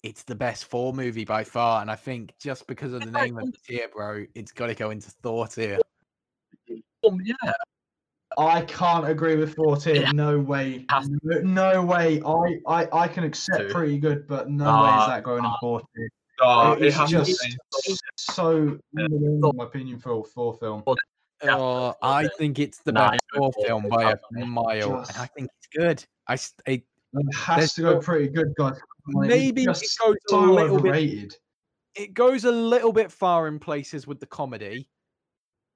S1: it's the best Thor movie by far, and I think just because of the name of the tier, bro, it's got to go into Thor tier.
S4: Um, yeah,
S3: I can't agree with 14.
S4: Yeah.
S3: No way.
S4: Has to.
S3: No, no way. I, I, I can accept
S4: To.
S3: pretty good, but no way
S4: Ah,
S3: is that going in
S4: ah.
S3: 14.
S4: Oh,
S3: it's
S4: has to be
S3: just
S4: so-
S3: so,
S4: Yeah.
S3: underwhelming, in my opinion, for a Thor film.
S4: Yeah,
S1: Oh,
S4: Thor
S1: I
S4: tier.
S1: think it's the
S4: Nah,
S1: best
S4: I
S1: Thor
S4: agree with
S1: film
S4: Thor
S1: by
S4: tier,
S1: a
S4: definitely.
S1: mile, and I
S3: Just-
S1: think it's good. I, s- I-
S3: It
S1: There's
S3: has to
S1: no-
S3: go pretty good, guys. Like, it's
S1: maybe it goes
S3: just
S1: a
S3: so
S1: little bit.
S3: overrated.
S1: It goes a little bit far in places with the comedy,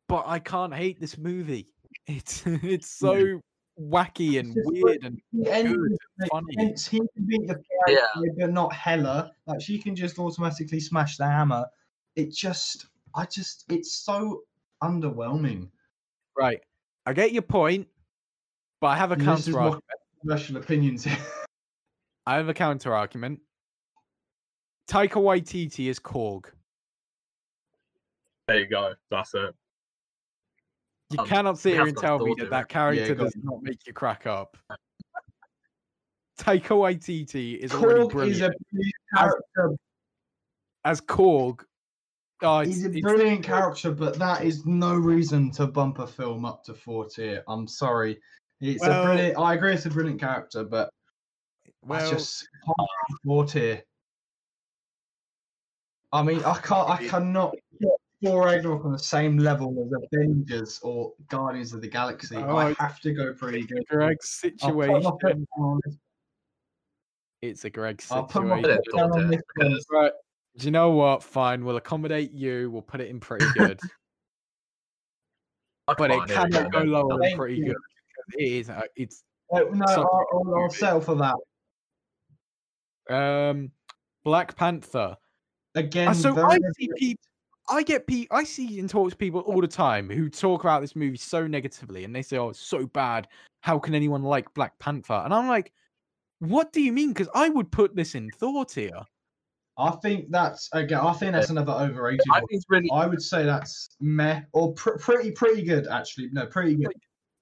S1: but I can't hate this movie. (laughs) It's it's
S3: Hmm.
S1: so wacky and
S3: just like-
S1: weird and
S3: And
S1: good and
S3: like,
S1: funny.
S3: Vince, he can beat the
S4: Yeah.
S3: yeah. but not Hella. Like she can just automatically smash the hammer. It just, I just, it's so underwhelming.
S1: Right, I get your point, but I have a
S3: And this
S1: counter
S3: is
S1: argument.
S3: my commercial
S1: (laughs)
S3: opinions. here.
S1: I have a counter argument. Taika Waititi is Korg.
S4: There you go. That's it.
S1: You
S3: Oh,
S4: Um,
S1: cannot sit
S4: we
S1: here
S4: have
S1: and
S4: got
S1: tell me
S4: Thor
S1: that
S4: doing
S1: that character
S3: go
S1: does not make you crack
S3: (laughs)
S1: up. Taika Waititi is already
S3: Korg is
S1: brilliant
S3: a brilliant character.
S1: as Korg. Oh, it's,
S3: He's a
S1: it's-
S3: brilliant character, but that is no reason to bump a film up to four tier. I'm sorry. It's
S1: Well-
S3: a brilliant. I agree, it's a brilliant character, but
S1: well,
S3: I just can't four tier. I mean, I can't. I cannot put four Ragnarok on the same level as Avengers or Guardians of the Galaxy. I
S1: Oh,
S3: have to go pretty good.
S1: Greg's
S3: I'll put my
S1: situation.
S3: foot down Uh, on this-
S1: It's a Greg
S3: I'll put
S1: situation.
S3: my
S4: Put it
S3: foot
S4: at
S3: down
S4: four
S3: on
S4: tier,
S3: this one.
S4: because-
S1: Right. Do you know what? Fine, we'll accommodate you. We'll put it in pretty
S3: (laughs)
S1: good,
S4: Oh,
S1: but
S4: come
S1: it
S4: on, here we
S1: cannot go lower than
S3: Thank
S1: pretty
S3: you.
S1: good. because It is. a- It's
S3: Oh, No,
S1: Sorry,
S3: I'll, I'll, I'll
S1: movie.
S3: settle for that.
S1: um, Black Panther.
S3: Again,
S1: Uh, so
S3: very
S1: I
S3: good.
S1: see people, I get pe I see and talk to people all the time who talk about this movie so negatively, and they say, "Oh, it's so bad. How can anyone like Black Panther?" And I'm like, "What do you mean?" Because I would put this in Thor tier.
S3: I think that's again. I think that's another overrated.
S4: I
S3: one.
S4: think it's really
S3: I would say that's meh or pr- pretty pretty good actually. No, pretty good.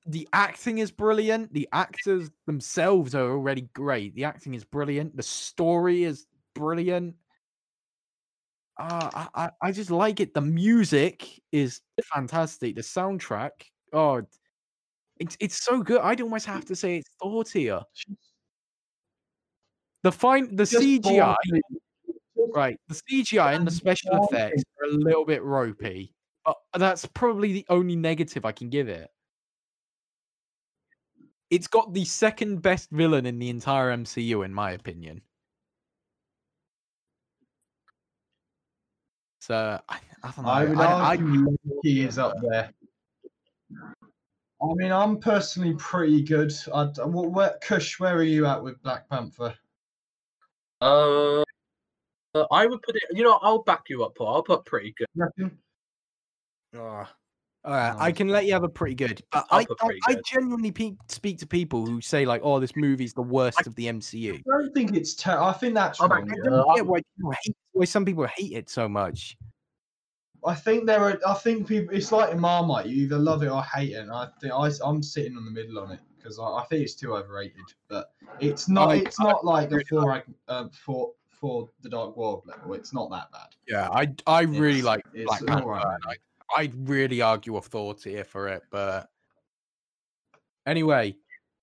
S1: The acting is brilliant. The actors themselves are already great. The acting is brilliant. The story is brilliant. Uh, I, I I just like it. The music is fantastic. The soundtrack, oh, it- it's it's so good. I'd almost have to say it's Thor tier. The fine the
S3: Just
S1: CGI,
S3: boring.
S1: right? The CGI and the
S3: and
S1: special
S3: boring.
S1: effects are a little bit ropey, but that's probably the only negative I can give it. It's got the second best villain in the entire MCU, in my opinion. So I, I don't know.
S3: I would
S1: I- I-
S3: argue he is up there. I mean, I'm personally pretty good. I, d- wh- where, Kush, where are you at with Black Panther?
S4: Uh, uh, I would put it. You know, I'll back you up, Paul. I'll put pretty good.
S3: Reckon?
S1: Ugh. All right,
S3: No,
S1: I
S3: it's
S1: can let you have a pretty good. But
S4: I'll
S1: I,
S4: put
S1: I,
S4: pretty
S1: I
S4: good.
S1: genuinely pe- speak to people who say like, "Oh, this movie's the worst of the MCU."
S3: I don't think it's. Ter- I think that's
S4: I'll back
S3: wrong.
S1: I
S4: you
S3: yeah.
S1: don't
S4: Yeah.
S1: get why people hate why some people hate it so much.
S3: I think there are. I think people. It's like Marmite. You either love it or hate it. And I think I, am sitting on the middle on it because I, I think it's too overrated. But it's not.
S1: I-
S3: it's not like the four. Rag- Uh, for for the Dark World level. It's not that bad.
S1: Yeah, I I really
S3: It's-
S1: like
S3: it's
S1: Black
S3: all
S1: Panther.
S3: right.
S1: and I I'd really argue a Thor tier for it, but anyway,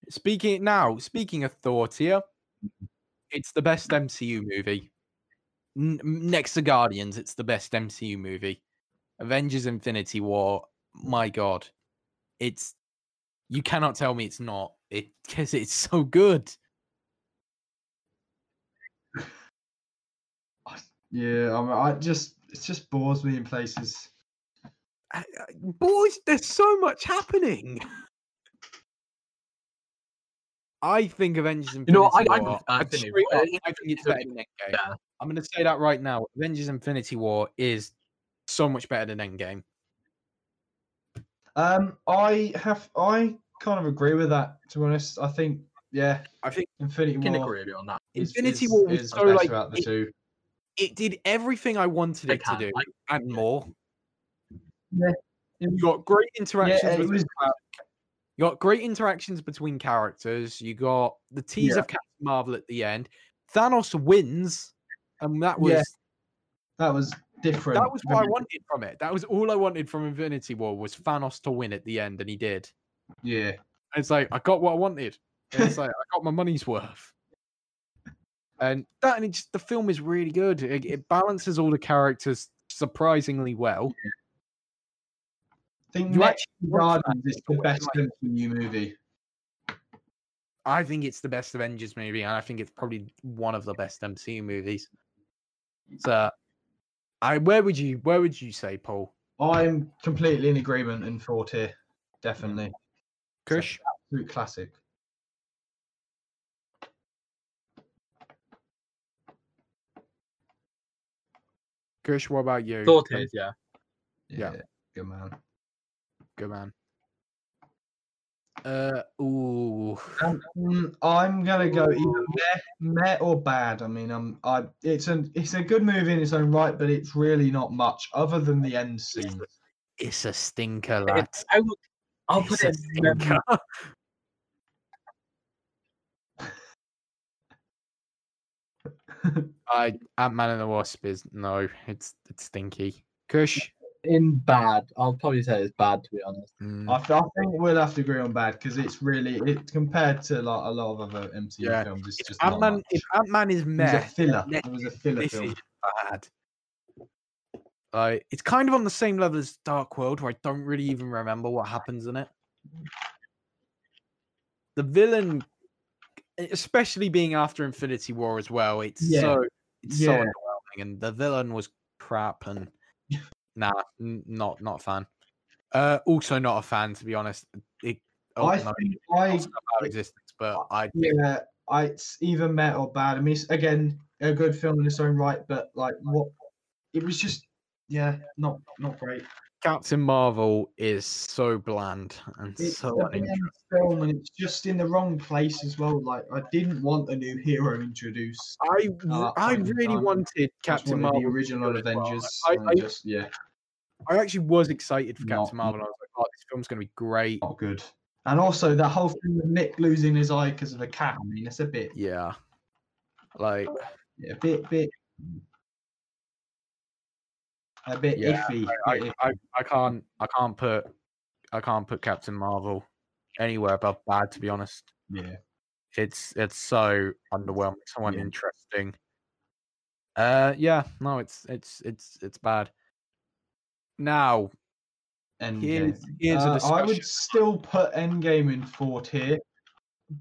S1: Speaking now, speaking of Thor tier,
S3: Mm-hmm.
S1: it's the best MCU movie. N- next to Guardians, it's the best MCU movie. Avengers: Infinity War. My God, it's you cannot tell me it's not. It because it's so good.
S3: Yeah, I, mean, I just it just bores me in places.
S1: I- I- Uh, boys, there's so much happening. (laughs) I think Avengers Infinity
S4: You know what, I- I
S1: War.
S4: think, uh,
S1: I'm
S4: Infinity
S1: straight up,
S4: War-
S1: I think it's
S4: Infinity-
S1: better than Endgame.
S4: yeah.
S1: I'm going to say that right now. Avengers Infinity War is so much better than Endgame.
S3: Um, I have I kind of agree with that. To be honest, I think yeah,
S1: I think
S3: Infinity
S4: I can
S3: War.
S4: agree with you on that.
S3: is-
S1: Infinity
S3: is-
S1: War was
S3: is
S1: so,
S3: better
S1: like,
S3: out the
S1: it-
S3: two.
S1: it did everything I wanted
S4: I
S1: it to
S4: can.
S1: do
S4: I,
S1: and more.
S3: Yeah.
S1: You got great interactions.
S3: it
S1: with
S3: was-
S1: You got great interactions between characters. You got the tease
S3: Yeah.
S1: of Captain Marvel at the end. Thanos wins, and that was
S3: Yeah, That was different.
S1: that was what I
S3: than-
S1: wanted from it. That was all I wanted from Infinity War was Thanos to win at the end, and he did.
S3: Yeah.
S1: And it's like I got what I wanted. And it's like I got my money's worth. And that and it just, the film is really good. It, it balances all the characters surprisingly well.
S3: I think
S1: You
S3: next
S1: actually want
S3: Guardians is the
S1: away,
S3: best
S1: like-
S3: MCU movie.
S1: I think it's the best Avengers movie, and I think it's probably one of the best MCU movies. So, I where would you where would you say Paul
S3: I'm completely in agreement in thought here. Definitely.
S1: Kush?
S3: Absolute classic.
S1: Kush, what about you?
S4: thought is, yeah.
S1: Yeah.
S3: Good man.
S1: Good man. Uh, ooh,
S3: Um, mm, I'm gonna go either meh, meh or bad. I mean, um, I it's an it's a good movie in its own right, but it's really not much other than the end scene.
S1: it's a stinker,
S4: It-
S1: lad.
S4: I will, I'll
S1: It's
S4: put
S1: a
S4: it in um,
S1: (laughs) stinker. I Ant Man and the Wasp is no, it's it's stinky. Kush.
S4: in bad. I'll probably say it's bad to be honest.
S1: Mm,
S3: I, th- I think we'll have to agree on bad because it's really it compared to like a lot of other MCU
S1: Yeah,
S3: films. It's
S1: If
S3: just
S1: Ant
S3: not
S1: Man,
S3: much.
S1: if Ant Man is
S3: it was a
S1: meh,
S3: filler.
S1: then
S3: It was a filler
S1: this
S3: film.
S1: is bad. Like it's kind of on the same level as Dark World, where I don't really even remember what happens in it. The villain, especially being after Infinity War as well, it's
S3: Yeah.
S1: so it's so
S3: Yeah.
S1: underwhelming, and the villain was crap, and
S3: (laughs)
S1: nah, n- not not a fan. Uh, also not a fan to be honest. It, oh,
S3: I
S1: no,
S3: think
S1: I
S3: I
S1: also about existence, but I
S3: yeah, I, it's either met or bad. I mean, it's, again, a good film in its own right, but like what it was just yeah, not not great.
S1: Captain Marvel is so bland and
S3: It's
S1: so
S3: a
S1: uninteresting.
S3: bland film, and it's just in the wrong place as well. Like I didn't want a new hero introduced.
S1: I r-
S3: at that
S1: I
S3: point in
S1: really
S3: time.
S1: wanted
S3: I just
S1: Captain
S3: wanted
S1: Marvel.
S3: the original
S1: as well.
S3: Avengers.
S1: I-
S3: and
S1: I-
S3: just yeah,
S1: I actually was excited for
S3: Not-
S1: Captain Marvel. I was like, oh, this film's going to be great.
S3: not good. And also that whole thing with Nick losing his eye because of the cat. I mean, it's a bit
S1: Yeah. Like,
S3: a bit bit a bit
S1: Yeah,
S3: iffy. bit
S1: I,
S3: iffy.
S1: I, I can't I can't put I can't put Captain Marvel anywhere above bad to be honest.
S3: yeah.
S1: It's it's so underwhelming, so
S3: Yeah.
S1: uninteresting. Uh yeah, no, it's it's it's it's bad. Now,
S3: Endgame.
S1: here's here's a
S3: Mm, Uh,
S1: discussion.
S3: I would still put Endgame in fourth here,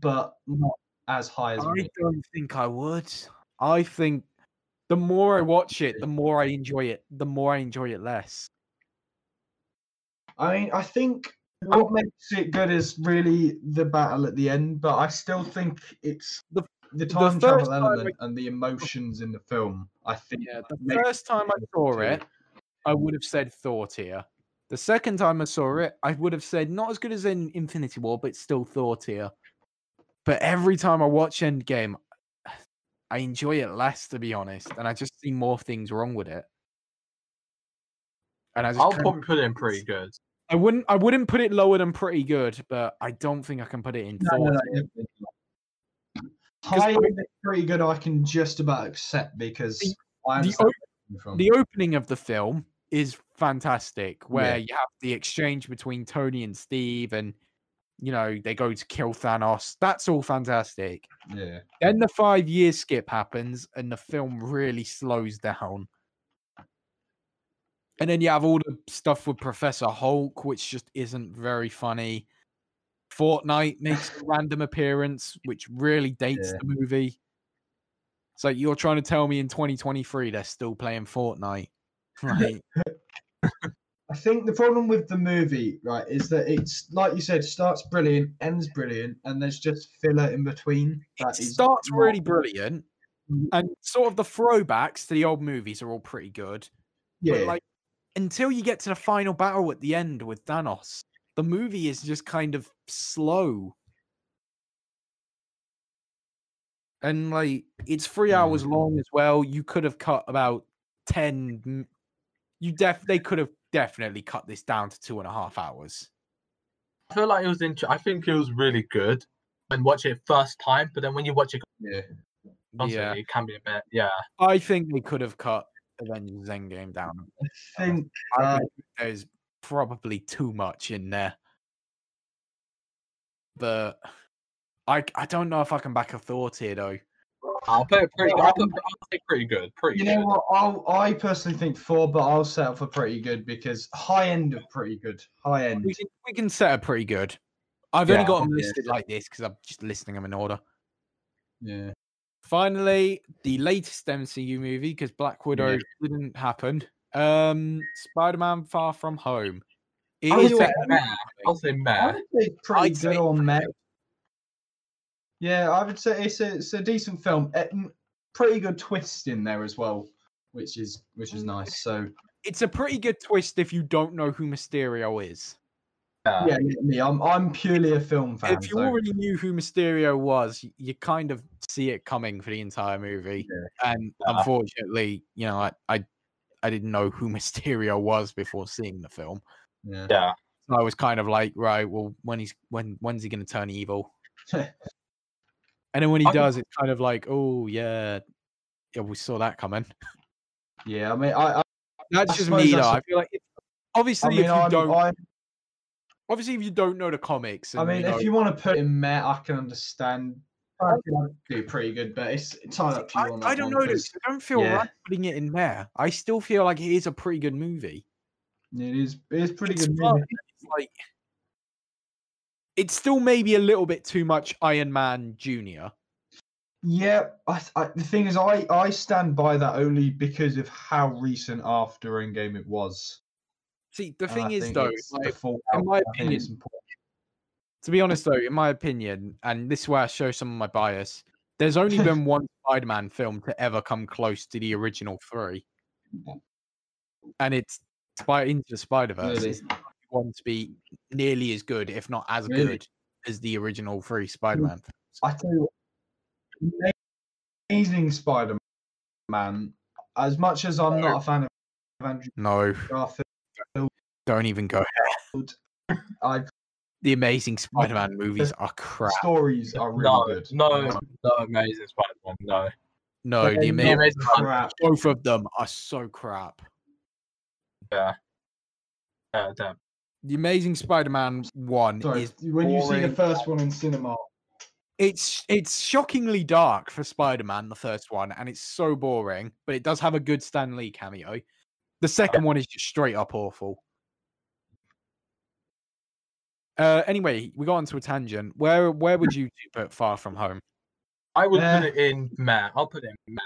S3: but not as high as
S1: I
S3: me.
S1: don't think I would. I think the more I watch it, the more I enjoy it. The more I enjoy it less.
S3: I mean, I think what makes it good is really the battle at the end, but I still think it's
S1: The-
S3: the, time
S1: first
S3: travel
S1: time I-
S3: element and the emotions in the film. I think
S1: Yeah, the
S3: makes
S1: first time I
S3: it
S1: saw
S3: too.
S1: it, I would have said Thor tier. The second time I saw it, I would have said not as good as in Infinity War, but still Thor tier. But every time I watch Endgame, (sighs) I enjoy it less, to be honest, and I just see more things wrong with it. And I just
S4: I'll
S1: can't-
S4: probably put it in pretty good.
S1: I wouldn't I wouldn't put it lower than pretty good, but I don't think I can put it in
S3: No,
S1: Thor.
S3: no, no,
S1: tier.
S3: definitely not.
S1: 'Cause
S3: High
S1: I-
S3: end is pretty good. I can just about accept because I
S1: the
S3: understand where you're from.
S1: The opening of the film is fantastic, where
S3: Yeah.
S1: you have the exchange between Tony and Steve, and you know, they go to kill Thanos. That's all fantastic.
S3: Yeah.
S1: Then the five year skip happens and the film really slows down. And then you have all the stuff with Professor Hulk, which just isn't very funny.
S3: (laughs)
S1: Fortnite makes a random appearance, which really dates
S3: Yeah.
S1: the movie. So you're trying to tell me in 2023 they're still playing
S3: (laughs)
S1: Fortnite. (laughs) Right.
S3: I think the problem with the movie, right, is that it's like you said, starts brilliant, ends brilliant, and there's just filler in between.
S1: it
S3: that is
S1: starts
S3: not-
S1: really brilliant.
S3: Mhm.
S1: And sort of the throwbacks to the old movies are all pretty good.
S3: Yeah.
S1: But like until you get to the final battle at the end with Thanos, the movie is just kind of slow. And like it's three hours long as well. You could have cut about ten. m- You def they could have definitely cut this down to two and a half hours.
S4: I feel like it was int- I think it was really good and watch it first time, but then when you watch it
S3: yeah.
S4: constantly, it can be a bit yeah.
S1: I think they could have cut Avengers Endgame down.
S3: I think
S1: I
S3: uh,
S1: think there's probably too much in there. But I I don't know if I can back a thought here though.
S4: I'll put it pretty.
S3: Yeah,
S4: I'll, put, I'll say pretty good. Pretty
S3: you
S4: good.
S3: know what? I'll, I personally think four, but I'll settle for pretty good because high end of pretty good. High end.
S1: We can, we can set up pretty good. I've only
S4: Yeah,
S1: got them
S3: yeah.
S1: listed like this because I'm just listing them in order.
S3: Yeah.
S1: Finally, the latest MCU movie because Black Widow didn't happen. Um, Spider-Man: Far From Home. It
S4: I'll
S1: is
S4: say
S1: better than
S4: meh. I'll say meh.
S3: I would say pretty
S1: I'd
S3: good
S1: say
S3: or
S1: pretty
S3: meh.
S1: good.
S3: Yeah, I would say it's a, it's a decent film. Eh, mm, Pretty good twist in there as well, which is which is
S1: Mm.
S3: nice. So
S1: It's a pretty good twist if you don't know who Mysterio is.
S4: Yeah.
S3: yeah, yeah, me, I'm I'm purely a film fan.
S1: if you
S3: so-
S1: already knew who Mysterio was, y- you kind of see it coming for the entire movie. And
S4: Yeah.
S1: unfortunately, you know, I, I I didn't know who (laughs) Mysterio was before seeing the film.
S3: yeah.
S4: Yeah.
S1: So I was kind of like, right, well, when he's when when's he going to turn
S3: (laughs)
S1: evil? and then when he
S4: I think-
S1: does, it's kind of like, oh yeah, yeah, we saw that coming.
S3: Yeah, I mean, I, I,
S1: That's just
S3: suppose
S1: me though.
S3: that's-
S1: I feel like it,
S3: I
S1: obviously
S3: mean,
S1: if you
S3: I'm,
S1: don't,
S3: i
S1: obviously if you don't know the comics, and
S3: I mean,
S1: you know,
S3: if you want to put in Matt, I can understand. I think I'd do pretty good, but it's it's all up to you
S1: I,
S3: on
S1: I
S3: that
S1: don't
S3: one,
S1: know.
S3: 'cause
S1: This. I don't feel
S3: yeah.
S1: right putting it in there. I still feel like it is a pretty good movie.
S3: It is it's pretty
S1: It's
S3: good.
S1: fun,
S3: movie.
S1: it's like it's still maybe a little bit too much Iron Man Junior.
S3: Yeah, I, th- I, the thing is, I I stand by that only because of how recent after Endgame it was.
S1: See, the
S3: And
S1: thing
S3: I
S1: is
S3: think
S1: though,
S3: it's the (laughs)
S1: like,
S3: fallout.
S1: in my
S3: I think it's important.
S1: to be honest though, in my opinion, and this is where I show some of my bias. There's
S3: (laughs)
S1: only been one Spider-Man film to ever come close to the original three, and it's Spy Into the Spider-Verse.
S3: Really.
S1: It's the only one to be nearly as good, if not as
S3: Really?
S1: good, as the original three Spider-Man.
S3: I tell you, what, Amazing Spider-Man. As much as I'm not a fan of Andrew
S1: No,
S3: Garfield,
S1: don't even go. (laughs)
S3: I
S1: The Amazing Spider-Man movies are crap.
S3: stories are really
S4: no,
S3: good.
S4: no, no, amazing Spider-Man. No,
S1: No, the
S3: They're
S1: Amazing
S3: not
S4: Amazing Spider-Man.
S3: crap.
S1: both of them are so crap.
S4: yeah, damn.
S1: The Amazing Spider-Man one
S3: Sorry,
S1: is
S3: when you see the
S1: boring.
S3: first one
S1: (laughs)
S3: in cinema,
S1: it's it's shockingly dark for Spider-Man, the first one, and it's so boring, but it does have a good Stan Lee cameo. The second one is just straight up awful. Uh, anyway, we got onto a tangent. Where where would you two put Far From Home?
S4: I would
S3: Eh.
S4: put it in meh. I'll put it in meh.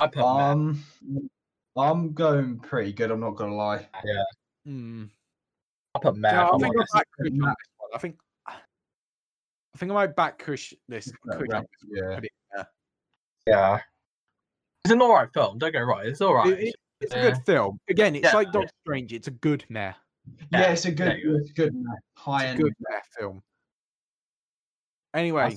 S4: I put meh.
S3: um, I'm going pretty good. I'm not gonna lie.
S4: Yeah,
S1: Hmm.
S4: I put meh.
S1: Yeah,
S4: if
S1: I
S4: I'm
S1: think I
S4: honest.
S1: might back Kush on this one. I think I think I might back Kush this.
S3: It's not
S1: Kush
S3: rap,
S1: on this
S3: Yeah,
S1: put it
S4: yeah. It's an alright film. Don't get me wrong. It's alright.
S1: it- it's a good film. Again, it's
S4: Yeah.
S1: like Doctor Strange. It's a good meh.
S3: yeah, it's a
S4: yeah,
S3: good,
S4: you-
S3: it's good,
S1: It's
S3: high
S1: a
S3: end.
S1: good meh film. Anyway,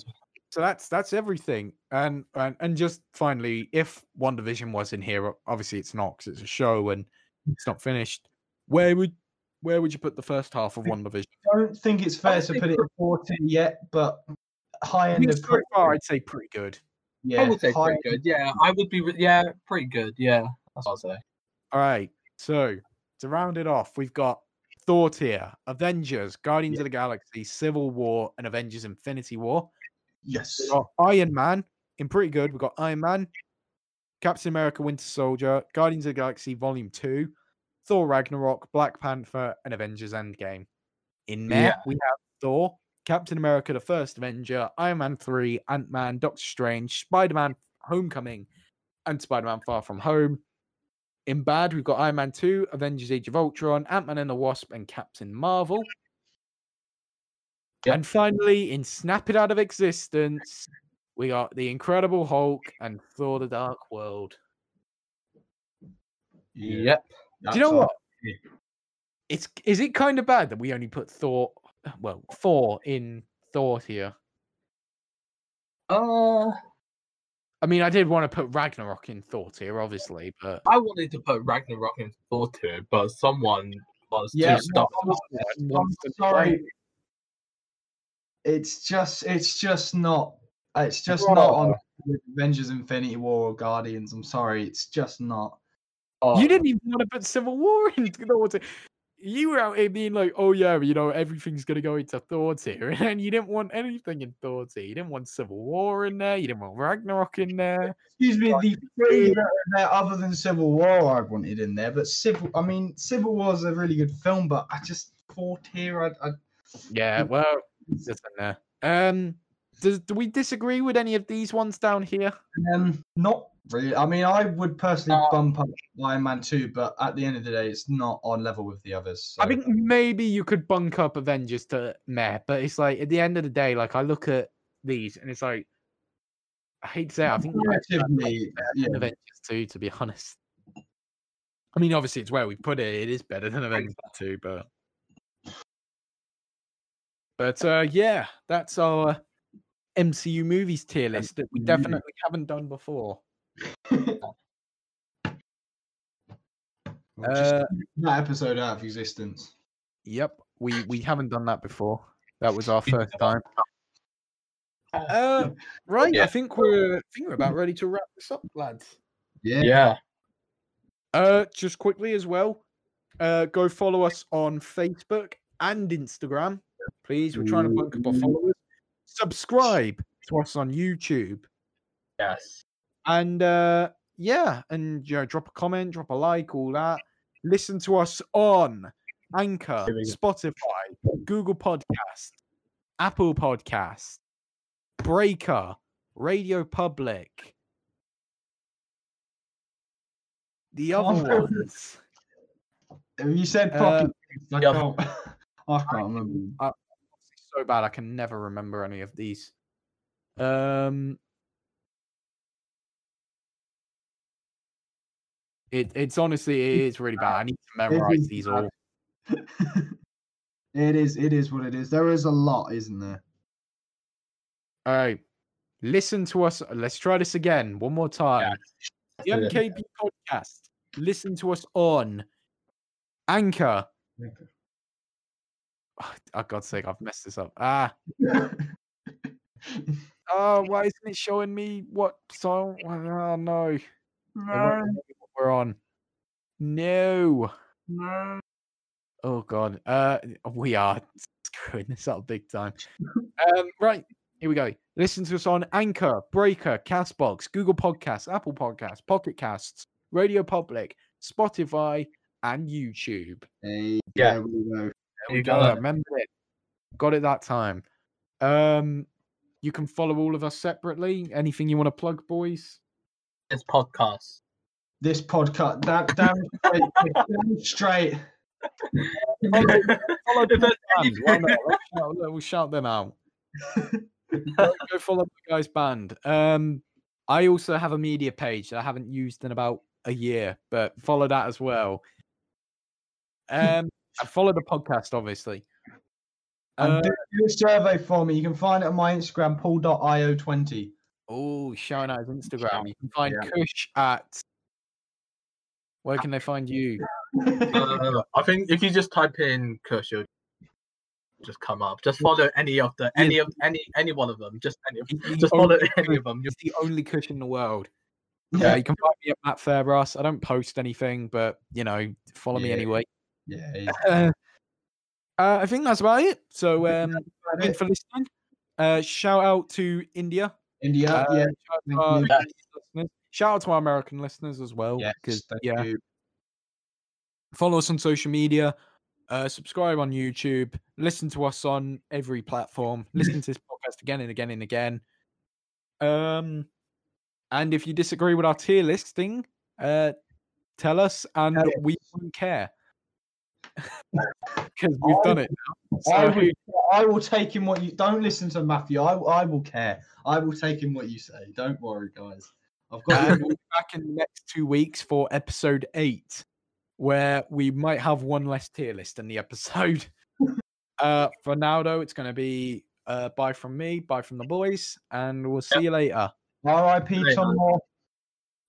S1: so that's that's everything. And and and just finally, if One Division was in here, o- obviously it's not because it's a show and it's not finished. Where would where would you put the first half of One Division?
S3: Don't think it's
S4: I
S3: fair to
S4: think
S3: put it at forty yet, but high end of
S1: So
S3: pretty.
S1: far, I'd say pretty good.
S3: Yeah,
S4: I would say
S3: high
S4: pretty good. Yeah, I would be. Yeah, pretty good. Yeah, that's what I'll say.
S1: All right. So to round it off, we've got Thor tier, Avengers, Guardians of the Galaxy, Civil War, and Avengers Infinity War.
S3: Yes.
S1: We've got Iron Man in pretty good. We've got Iron Man, Captain America, Winter Soldier, Guardians of the Galaxy Volume 2, Thor Ragnarok, Black Panther, and Avengers Endgame. In there,
S4: Yeah.
S1: we have Thor, Captain America, the First Avenger, Iron Man 3, Ant Man, Doctor Strange, Spider Man Homecoming, and Spider Man Far From Home. In bad, we've got Iron Man 2, Avengers Age of Ultron, Ant Man and the Wasp, and Captain Marvel.
S3: Yep.
S1: And finally, in Snap It Out of Existence, we got The Incredible Hulk and Thor the Dark World.
S3: Yeah.
S4: Yep.
S1: Do you know what?
S3: yeah.
S1: It's is it kind of bad that we only put Thor, well, four in Thor here.
S4: Uh,
S1: I mean, I did want to put Ragnarok in Thor here, obviously, but
S4: I wanted to put Ragnarok in Thor too, but someone was
S3: Yeah,
S4: too stuck.
S3: no, I'm sorry. It's just, it's just not, uh, it's just not on with Avengers: Infinity War or Guardians. I'm sorry, it's just not.
S1: you didn't even want to put Civil War (laughs) in Thor tier. You were out here being like, "Oh yeah, you know everything's gonna go into Thor tier," (laughs) and you didn't want anything in Thor tier. You didn't want Civil War in there. You didn't want Ragnarok in there.
S3: Excuse me, the three that are there other than Civil War I wanted in there, but Civil, I mean, Civil War is a really good film, but I just thought here, I, I
S1: Yeah, well, it's just in there. Um, does, do we disagree with any of these ones down here?
S3: um, not really. I mean, I would personally
S4: Uh,
S3: bump up Iron Man 2, but at the end of the day, it's not on level with the others.
S1: I
S3: so-
S1: think maybe you could bunk up Avengers to meh, but it's like at the end of the day, like I look at these and it's like I hate to say, it, I think we're actually
S3: Comparatively, yeah,
S1: (laughs) better than Avengers two, to be honest. I mean, obviously, it's where we put it. It is better than Avengers two, but but uh, yeah, that's our MCU movies tier list that we
S3: MCU.
S1: definitely haven't done before.
S3: We'll just
S1: Uh,
S3: keep that episode out of existence.
S1: Yep, we we haven't done that before. That was our
S4: We
S1: first time. Uh, right, I
S4: Yeah.
S1: think we're I think we're about ready to wrap this up, lads.
S3: Yeah.
S4: Yeah.
S1: Uh, just quickly as well, uh, go follow us on Facebook and Instagram, please. We're trying to bunk up our followers. Subscribe to us on YouTube,
S4: Yes.
S1: and uh, yeah, and you know, drop a comment, drop a like, all that. Listen to us on Anchor,
S4: Here we go.
S1: Spotify, Google Podcast, Apple Podcast, Breaker, Radio Public, the other
S3: Oh.
S1: ones.
S3: You said
S1: Uh,
S3: pocket. I,
S4: yeah.
S3: can't, (laughs) I can't remember.
S1: so bad I can never remember any of these. Um, it it's honestly it is really bad. I need to memorize
S3: is
S1: these
S3: bad.
S1: all.
S3: it is. It is what it is. There is a lot, isn't there?
S1: All right, listen to us. Let's try this again one more time.
S4: Yeah.
S1: The MKP podcast. Listen to us on Anchor.
S3: Anchor.
S1: Oh, oh, God's sake, I've messed this up. Ah, oh, why isn't it showing me what song? Oh no. They won't tell me what we're on. No. Oh god. Uh we are (laughs) screwing this up big (laughs) time. um right, here we go. Listen to us on Anchor, Breaker, Castbox, Google Podcasts, Apple Podcasts, Pocket Casts, Radio Public, Spotify, and YouTube.
S3: (laughs) Hey,
S4: Yeah.
S3: there we go.
S1: There we
S4: You
S1: go.
S4: got it.
S1: Remember it. Got it that time. Um you can follow all of us separately. Anything you want to plug, boys?
S4: It's podcast.
S3: This podcast, that damn straight, damn straight.
S1: follow (laughs)
S4: If
S1: Pink
S4: that's
S1: Band. Why not? Let's shout, we'll shout them out. go, go follow the guys band. Um, I also have a media page that I haven't used in about a year, but follow that as well. Um, and follow the podcast, obviously. Uh,
S3: And do, do a survey for me. You can find it on my Instagram,
S1: (laughs)
S3: paul.io20.
S1: oh, shouting out his Instagram.
S4: Shout,
S1: You can find
S4: yeah.
S1: Kush at. Where can they find you?
S4: No, no, no, no. Uh, I think if you just type in Kush, it'll just come up. Just follow any of the any of any any one of them. Just any of
S1: He's the
S4: just follow
S1: only
S4: any of them.
S1: He's
S4: Just
S1: the only Kush in the world. Yeah,
S3: Yeah.
S1: you can find me at Matt Fairbrass. I don't post anything, but you know, follow me
S3: Yeah.
S1: anyway.
S3: Yeah.
S1: Uh, uh, I think that's about it. So um,
S3: About
S1: thank
S3: it.
S1: you for listening. Uh, shout out to India.
S3: India,
S1: Uh,
S3: yeah,
S1: Shout out, to our listeners. Shout out to our American listeners as well.
S3: yes,
S1: 'cause,
S3: thank
S1: oh, yeah,
S3: you.
S1: follow us on social media, uh, subscribe on YouTube, listen to us on every platform,
S3: (laughs)
S1: listen to this podcast again and again and again. Um, and if you disagree with our tier listing, uh, tell us, and
S3: Tell
S1: we won't care (laughs) because we've done it. Now.
S3: I,
S1: So,
S3: will, I will take in what you don't listen to Matthew. I, I will care. I will take in what you say. Don't worry, guys. I've got.
S1: uh, (laughs)
S3: you.
S1: we'll be back in the next two weeks for episode eight, where we might have one less tier list in the episode. (laughs) Uh, for now, though, it's going to be uh, bye from me, bye from the boys, and we'll see you later.
S3: R.I.P. Tom Moore.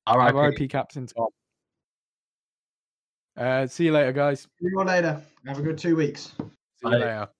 S4: All right.
S1: RIP Captain Tom. Uh, see you later, guys.
S3: See you later. Have a good two weeks.
S1: See you
S4: Bye.
S1: later.